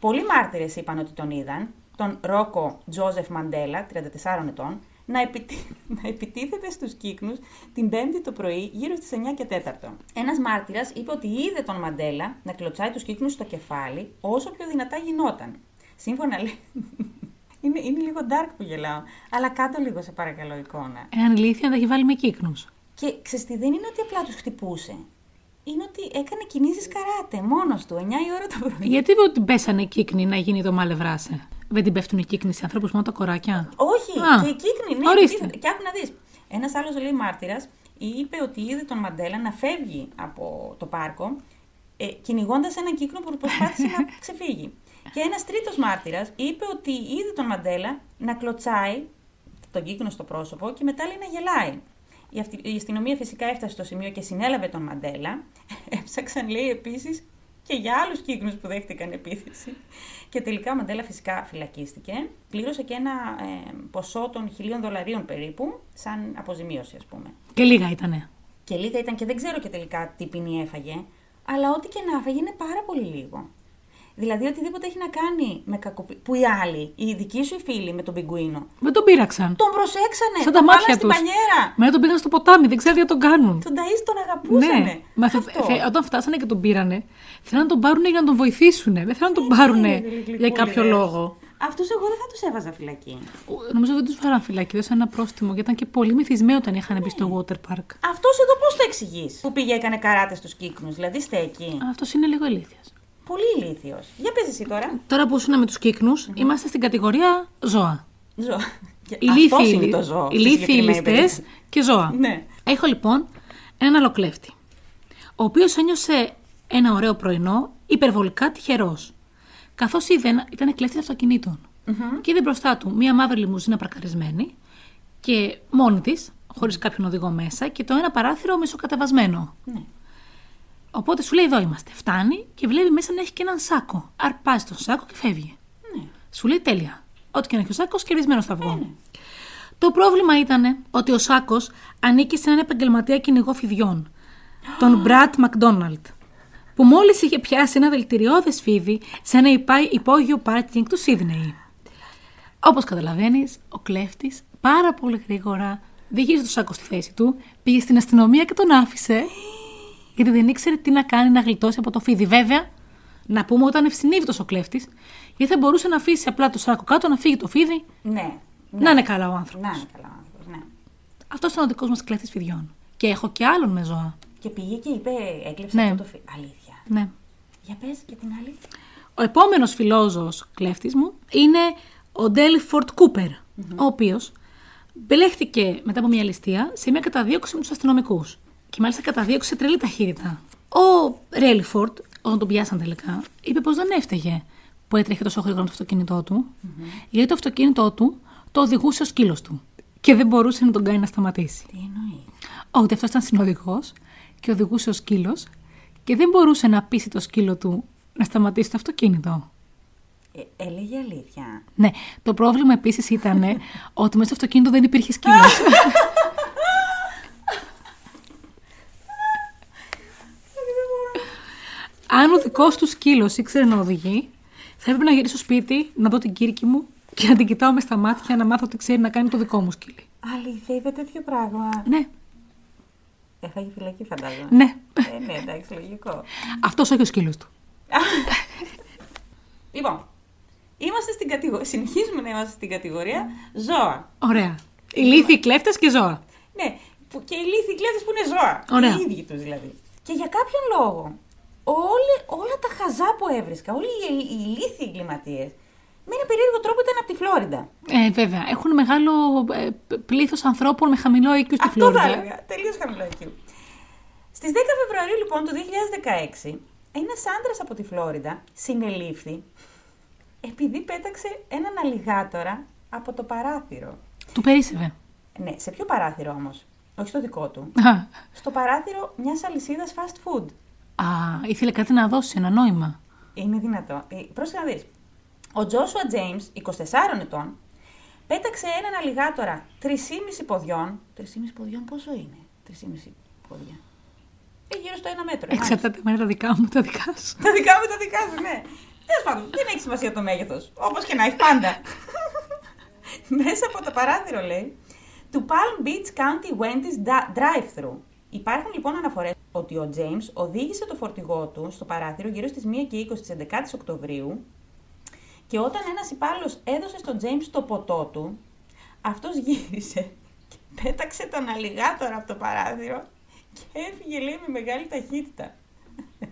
[SPEAKER 1] Πολλοί μάρτυρες είπαν ότι τον είδαν, τον Ρόκο Τζόζεφ Μαντέλα, 34 ετών, να, επιτη- να επιτίθεται στους κύκνους την Πέμπτη το πρωί γύρω στις 9 και 4. Ένας μάρτυρας είπε ότι είδε τον Μαντέλα να κλωτσάει τους κύκνους στο κεφάλι όσο πιο δυνατά γινόταν. Σύμφωνα λέει... Είναι, είναι λίγο dark που γελάω, αλλά κάτω λίγο σε παρακαλώ εικόνα.
[SPEAKER 2] Έναν ηλίθιο να τα έχει βάλει με κύκνους.
[SPEAKER 1] Και ξέρεις τι, δεν είναι ότι απλά τους χτυπούσε. Είναι ότι έκανε κινήσεις καράτε μόνος του, 9 η ώρα το πρωί.
[SPEAKER 2] Γιατί δεν την πέσανε οι κύκνοι να γίνει το μάλευράσε. Δεν την πέφτουν οι κύκνοι σε ανθρώπους μόνο τα κοράκια.
[SPEAKER 1] Όχι,
[SPEAKER 2] Α,
[SPEAKER 1] και η κύκνη, ναι,
[SPEAKER 2] ορίστε.
[SPEAKER 1] επιτίθεται. Και άκου να δεις. Ένας άλλος λέει μάρτυρας είπε ότι είδε τον Μαντέλα να φεύγει από το πάρκο ε, κυνηγώντας έναν κύκλο που προσπάθησε να ξεφύγει. Και ένας τρίτος μάρτυρας είπε ότι είδε τον Μαντέλα να κλωτσάει τον κύκνο στο πρόσωπο και μετά λέει να γελάει. Η, αυτι... η αστυνομία φυσικά έφτασε στο σημείο και συνέλαβε τον Μαντέλα. Έψαξαν, λέει, επίσης και για άλλους κύκνους που δέχτηκαν επίθεση. Και τελικά ο Μαντέλα φυσικά φυλακίστηκε. Πλήρωσε και ένα ε, ποσό των χιλίων δολαρίων περίπου, σαν αποζημίωση, ας πούμε.
[SPEAKER 2] Και λίγα ήτανε.
[SPEAKER 1] Και λίγα ήταν και δεν ξέρω και τελικά τι ποινή έφαγε. Αλλά ό,τι και να έφαγε είναι πάρα πολύ λίγο. Δηλαδή, οτιδήποτε έχει να κάνει με κακοπή. που οι άλλοι, οι δικοί σου οι φίλοι με τον πιγκουίνο.
[SPEAKER 2] Δεν τον πήραξαν.
[SPEAKER 1] Τον προσέξανε.
[SPEAKER 2] Σαν τα
[SPEAKER 1] τον
[SPEAKER 2] μάτια
[SPEAKER 1] βάλαν στην
[SPEAKER 2] τους.
[SPEAKER 1] πανιέρα.
[SPEAKER 2] Μένα τον πήγαν στο ποτάμι, δεν ξέρω τι θα τον κάνουν. Ναι.
[SPEAKER 1] Τον Ταΐς τον αγαπούσανε.
[SPEAKER 2] Μα θε,
[SPEAKER 1] Αυτό.
[SPEAKER 2] θε- όταν φτάσανε και τον πήρανε, θέλανε να τον πάρουν για να τον βοηθήσουν. Δεν θέλανε να τον πάρουν
[SPEAKER 1] Ε, γλυκούλιδες.
[SPEAKER 2] για κάποιο λόγο.
[SPEAKER 1] Αυτούς εγώ δεν θα τους έβαζα φυλακή.
[SPEAKER 2] Ο- Νομίζω δεν τους βάλαν φυλακή, δώσαν ένα πρόστιμο γιατί ήταν και πολύ μυθισμένοι όταν είχαν μπει
[SPEAKER 1] Ναι.
[SPEAKER 2] στο water park.
[SPEAKER 1] Αυτός εδώ πώς το εξηγείς. Που πήγε έκανε καράτες στους κύκνους. Δηλαδή στέκει.
[SPEAKER 2] Αυτός είναι λίγο ηλίθεια.
[SPEAKER 1] Πολύ ηλίθιος. Για πες εσύ τώρα.
[SPEAKER 2] Τώρα που ήσουν με τους κυκνου
[SPEAKER 1] Ναι.
[SPEAKER 2] είμαστε στην κατηγορία ζώα.
[SPEAKER 1] Ζώα. Και
[SPEAKER 2] Ηλίθιοι
[SPEAKER 1] Αυτός είναι
[SPEAKER 2] λι-
[SPEAKER 1] το ζώο. στη
[SPEAKER 2] ηλίθιοι
[SPEAKER 1] συγκεκριμένη
[SPEAKER 2] ληστές
[SPEAKER 1] περίπτωση.
[SPEAKER 2] και ζώα.
[SPEAKER 1] Ναι.
[SPEAKER 2] Έχω λοιπόν έναν αλοκλέφτη, ο οποίος ένιωσε ένα ωραίο πρωινό υπερβολικά τυχερός, καθώς είδε ένα- ήταν κλέφτης αυτοκινήτων. Και είδε μπροστά του μία μαύρη λιμουζίνα πρακαρισμένη και μόνη της, χωρίς κάποιον οδηγό μέσα και το ένα παράθυρο μισοκατεβασμένο.
[SPEAKER 1] Ναι.
[SPEAKER 2] Οπότε σου λέει: Εδώ είμαστε. Φτάνει και βλέπει μέσα να έχει και έναν σάκο. Αρπάζει τον σάκο και φεύγει.
[SPEAKER 1] Ναι.
[SPEAKER 2] Σου λέει τέλεια. Ό,τι και να έχει ο σάκος, κερδισμένο θα βγω. Το πρόβλημα ήταν ότι ο σάκος ανήκει σε έναν επαγγελματία κυνηγό φιδιών, τον Μπρατ Μακδόναλτ, που μόλις είχε πιάσει ένα δελτηριώδε φίδι σε ένα υπά- υπόγειο πάρκινγκ του Σίδνεϊ. Όπως καταλαβαίνεις, ο κλέφτης πάρα πολύ γρήγορα διήγησε το σάκο στη θέση του, πήγε στην αστυνομία και τον άφησε, γιατί δεν ήξερε τι να κάνει να γλιτώσει από το φίδι. Βέβαια, να πούμε όταν ευσυνείδητος ο κλέφτης, γιατί θα μπορούσε να αφήσει απλά το σάκο κάτω, να φύγει το φίδι,
[SPEAKER 1] Ναι.
[SPEAKER 2] να είναι καλά ο άνθρωπος.
[SPEAKER 1] Να είναι καλά ο άνθρωπος, ναι.
[SPEAKER 2] Αυτός ήταν ο δικός μας κλέφτης φιδιών. Και έχω και άλλον με ζώα.
[SPEAKER 1] Και πήγε και είπε, έκλεψε
[SPEAKER 2] Ναι.
[SPEAKER 1] αυτό το φι... Αλήθεια.
[SPEAKER 2] Ναι.
[SPEAKER 1] Για πες για την άλλη.
[SPEAKER 2] Ο επόμενος φιλόζωος κλέφτης μου είναι ο Ντέλιφορτ Κούπερ, ο οποίος μπελέχθηκε μετά από μια ληστεία σε μια καταδίωξη με τους αστυνομικούς. Και μάλιστα καταδίωξη σε τρελή ταχύτητα. Ο Ρέλιφορτ, όταν τον πιάσαν τελικά, είπε πως δεν έφταιγε που έτρεχε τόσο γρήγορα το αυτοκίνητό του, γιατί το αυτοκίνητό του το οδηγούσε ο σκύλος του και δεν μπορούσε να τον κάνει να σταματήσει.
[SPEAKER 1] Τι εννοεί.
[SPEAKER 2] ότι αυτός ήταν συνοδηγό και οδηγούσε ο σκύλος και δεν μπορούσε να πείσει το σκύλο του να σταματήσει το αυτοκίνητο.
[SPEAKER 1] Ε, έλεγε αλήθεια.
[SPEAKER 2] Ναι, το πρόβλημα επίσης ήταν ότι μέσα στο αυτοκίνητο δεν υπήρχε σκύλος. Αν ο δικός του σκύλος ήξερε να οδηγεί, θα έπρεπε να γυρίσω σπίτι, να δω την κύρκη μου και να την κοιτάω με στα μάτια να μάθω τι ξέρει να κάνει το δικό μου σκύλι.
[SPEAKER 1] Αλήθεια, είπε τέτοιο πράγμα.
[SPEAKER 2] Ναι,
[SPEAKER 1] Έφαγε φυλακή, φαντάζομαι.
[SPEAKER 2] ναι.
[SPEAKER 1] ε, ναι, εντάξει, λογικό.
[SPEAKER 2] Αυτός όχι ο σκύλος του.
[SPEAKER 1] λοιπόν, είμαστε στην κατηγορία. Συνεχίζουμε να είμαστε στην κατηγορία ζώα.
[SPEAKER 2] Ωραία. Ηλίθιοι κλέφτες και ζώα.
[SPEAKER 1] Ναι, που- και οι λύθοι κλέφτες που είναι ζώα.
[SPEAKER 2] Ωραία.
[SPEAKER 1] Οι ίδιοι τους δηλαδή. Και για κάποιον λόγο, όλη, όλα τα χαζά που έβρισκα, όλοι οι, ελ- οι ηλίθιοι εγκληματίες, με ένα περίεργο τρόπο ήταν από τη Φλόριντα.
[SPEAKER 2] Ε, βέβαια. Έχουν μεγάλο ε, πλήθος ανθρώπων με χαμηλό IQ στη
[SPEAKER 1] Αυτό θα
[SPEAKER 2] Φλόριντα.
[SPEAKER 1] έλεγα. Τελείως χαμηλό IQ. Στις 10 Φεβρουαρίου λοιπόν του 2016, ένας άντρας από τη Φλόριντα συνελήφθη επειδή πέταξε έναν αλιγάτορα από το παράθυρο.
[SPEAKER 2] Του περίσευε.
[SPEAKER 1] Ναι, σε ποιο παράθυρο όμως. Όχι στο δικό του.
[SPEAKER 2] Α,
[SPEAKER 1] Στο παράθυρο μιας αλυσίδας fast food.
[SPEAKER 2] Α, ήθελε κάτι να δώσει, ένα νόημα.
[SPEAKER 1] Είναι δυνατό. Ε, Πρόσεχε να δεις. Ο Τζόσουα Τζέιμ, 24 ετών, πέταξε έναν αλιγάτορα 3,5 ποδιών. 3,5 ποδιών πόσο είναι, 3,5 πόδια. Ε, γύρω στο ένα μέτρο. μάλιστα.
[SPEAKER 2] Εξαρτάται με τα δικά μου, τα δικά σου.
[SPEAKER 1] Τα δικά μου τα δικά σου, ναι. Τέλος πάντων, δεν έχει σημασία το μέγεθος. Όπως και να έχει πάντα. Μέσα από το παράθυρο, λέει, του Palm Beach County Wendy's da- Drive-Thru. Υπάρχουν λοιπόν αναφορές ότι ο Τζέιμ οδήγησε το φορτηγό του στο παράθυρο γύρω στις 1 και 20 τη 11η Οκτωβρίου και όταν ένας υπάλληλος έδωσε στον Τζέιμ το ποτό του, αυτός γύρισε και πέταξε τον αλιγάτορα από το παράθυρο και έφυγε, λέει, με μεγάλη ταχύτητα.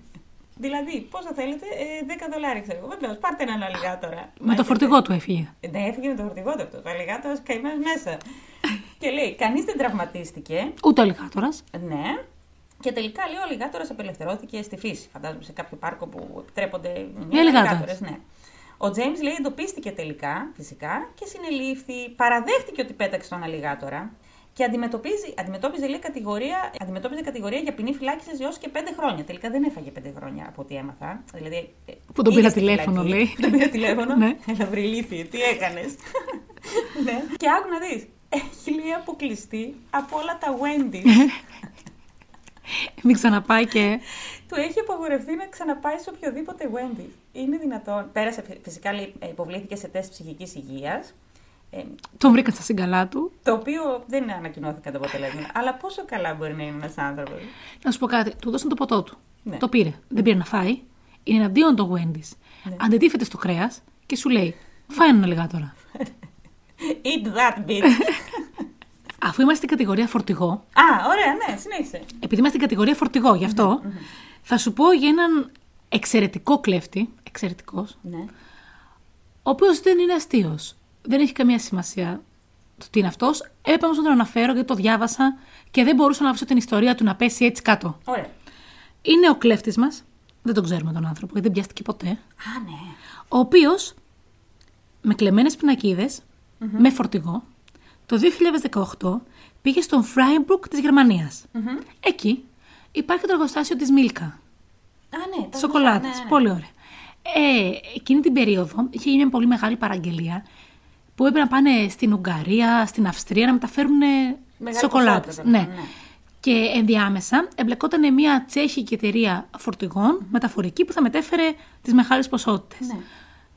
[SPEAKER 1] Δηλαδή, πόσα θέλετε, ε, 10 δολάρια ξέρω εγώ. Βεβαίως, πάρτε έναν αλιγάτορα.
[SPEAKER 2] Με το φορτηγό του έφυγε.
[SPEAKER 1] Ε, Ναι, έφυγε με το φορτηγό του αυτός. Ο αλιγάτορα καημένος μέσα. και λέει, κανείς δεν τραυματίστηκε.
[SPEAKER 2] Ούτε ο αλιγάτορα.
[SPEAKER 1] Ναι. Και τελικά λέει ο αλιγάτορα απελευθερώθηκε στη φύση. Φαντάζομαι σε κάποιο πάρκο που επιτρέπονται
[SPEAKER 2] Οι αλιγάτορες.
[SPEAKER 1] Ναι. Ο Τζέιμ λέει εντοπίστηκε τελικά, φυσικά, και συνελήφθη. Παραδέχτηκε ότι πέταξε τον αλιγάτορα και αντιμετωπίζει, αντιμετώπιζε, λέει, κατηγορία, αντιμετώπιζε κατηγορία για ποινή φυλάκισης έως και πέντε χρόνια. Τελικά δεν έφαγε πέντε χρόνια από ό,τι έμαθα. Δηλαδή, ε,
[SPEAKER 2] Που τον
[SPEAKER 1] πήγε
[SPEAKER 2] πήρα
[SPEAKER 1] στη
[SPEAKER 2] τηλέφωνο,
[SPEAKER 1] φυλακή.
[SPEAKER 2] λέει.
[SPEAKER 1] Τον πήρα τηλέφωνο.
[SPEAKER 2] Ναι.
[SPEAKER 1] Έλα, βρε ηλίθιε, τι έκανες. ναι. Και άκου να δεις. Έχει λέει αποκλειστεί από όλα τα Wendy's.
[SPEAKER 2] Μην ξαναπάει και.
[SPEAKER 1] Του έχει απαγορευτεί να ξαναπάει σε οποιοδήποτε Wendy. Είναι δυνατόν. Πέρασε, φυ- φυσικά λέει, ε, υποβλήθηκε σε τεστ ψυχικής υγείας, ε,
[SPEAKER 2] Τον βρήκαν στα σύγκαλά του.
[SPEAKER 1] το οποίο δεν ανακοινώθηκαν τα αποτελέσματα. Αλλά πόσο καλά μπορεί να είναι ένας άνθρωπος.
[SPEAKER 2] Να σου πω κάτι. Του δώσαν το ποτό του.
[SPEAKER 1] Ναι.
[SPEAKER 2] Το πήρε. Δεν πήρε να φάει. Είναι εναντίον των Wendy's. Αντιτίθεται στο κρέας και σου λέει: Φάει ένα λιγά τώρα.
[SPEAKER 1] Eat that bitch.
[SPEAKER 2] Αφού είμαστε στην κατηγορία φορτηγό,
[SPEAKER 1] Α, ωραία, ναι, συνέχισε.
[SPEAKER 2] επειδή είμαστε στην κατηγορία φορτηγό γι' αυτό, θα σου πω για έναν εξαιρετικό κλέφτη. Εξαιρετικός.
[SPEAKER 1] Ναι.
[SPEAKER 2] ο οποίος δεν είναι αστείος. Δεν έχει καμία σημασία το τι είναι αυτός. Έπαμε να τον αναφέρω γιατί το διάβασα και δεν μπορούσα να αφήσω την ιστορία του να πέσει έτσι κάτω.
[SPEAKER 1] Ωραία.
[SPEAKER 2] Είναι ο κλέφτης μας. Δεν τον ξέρουμε τον άνθρωπο γιατί δεν πιάστηκε ποτέ.
[SPEAKER 1] Α, ναι.
[SPEAKER 2] Ο οποίος με κλεμμένες με φορτηγό, το 2018 πήγε στον Φράιμπουργκ της γερμανια Εκεί υπάρχει το εργοστάσιο της Μίλκα.
[SPEAKER 1] Α, ναι. τα
[SPEAKER 2] Σοκολάτε.
[SPEAKER 1] γνωστά, ναι, ναι.
[SPEAKER 2] Πολύ ωραία. Ε, εκείνη την περίοδο είχε γίνει μια πολύ μεγάλη παραγγελία που έπρεπε να πάνε στην Ουγγαρία, στην Αυστρία να μεταφέρουν
[SPEAKER 1] Μεγάλη
[SPEAKER 2] σοκολάτες.
[SPEAKER 1] ποσότητα,
[SPEAKER 2] Ναι.
[SPEAKER 1] ναι.
[SPEAKER 2] Και ενδιάμεσα εμπλεκόταν μια τσέχικη εταιρεία φορτηγών μεταφορική που θα μετέφερε τις μεγάλες ποσότητες.
[SPEAKER 1] Ναι.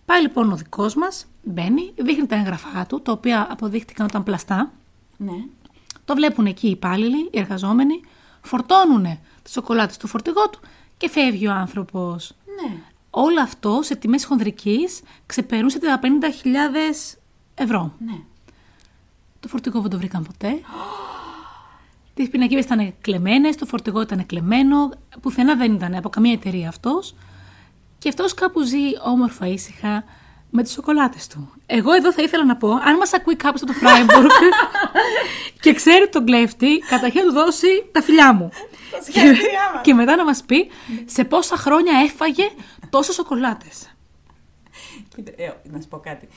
[SPEAKER 2] Πάει λοιπόν ο δικός μας, μπαίνει, δείχνει τα έγγραφά του, τα οποία αποδείχτηκαν όταν πλαστά.
[SPEAKER 1] Ναι.
[SPEAKER 2] Το βλέπουν εκεί οι υπάλληλοι, οι εργαζόμενοι, φορτώνουν τις σοκολάτες του φορτηγό του και φεύγει ο άνθρωπος.
[SPEAKER 1] Ναι.
[SPEAKER 2] Όλο αυτό σε τιμές χονδρικής ξεπερούσε τα 50.000 ευρώ.
[SPEAKER 1] Ναι.
[SPEAKER 2] Το φορτηγό δεν το βρήκαν ποτέ. Τις πινακίδες ήταν κλεμμένες, το φορτηγό ήταν κλεμμένο. Πουθενά δεν ήταν από καμία εταιρεία αυτός. Και αυτός κάπου ζει όμορφα ήσυχα με τις σοκολάτες του. Εγώ εδώ θα ήθελα να πω, αν μας ακούει κάποιος από το Φράιμπουργκ και ξέρει τον κλέφτη, καταρχήν να του δώσει τα φιλιά μου.
[SPEAKER 1] Τα συγχαρητήριά μας.
[SPEAKER 2] και μετά να μας πει σε πόσα χρόνια έφαγε τόσες σοκολάτες.
[SPEAKER 1] Κοίτα, ε, να σου πω κάτι.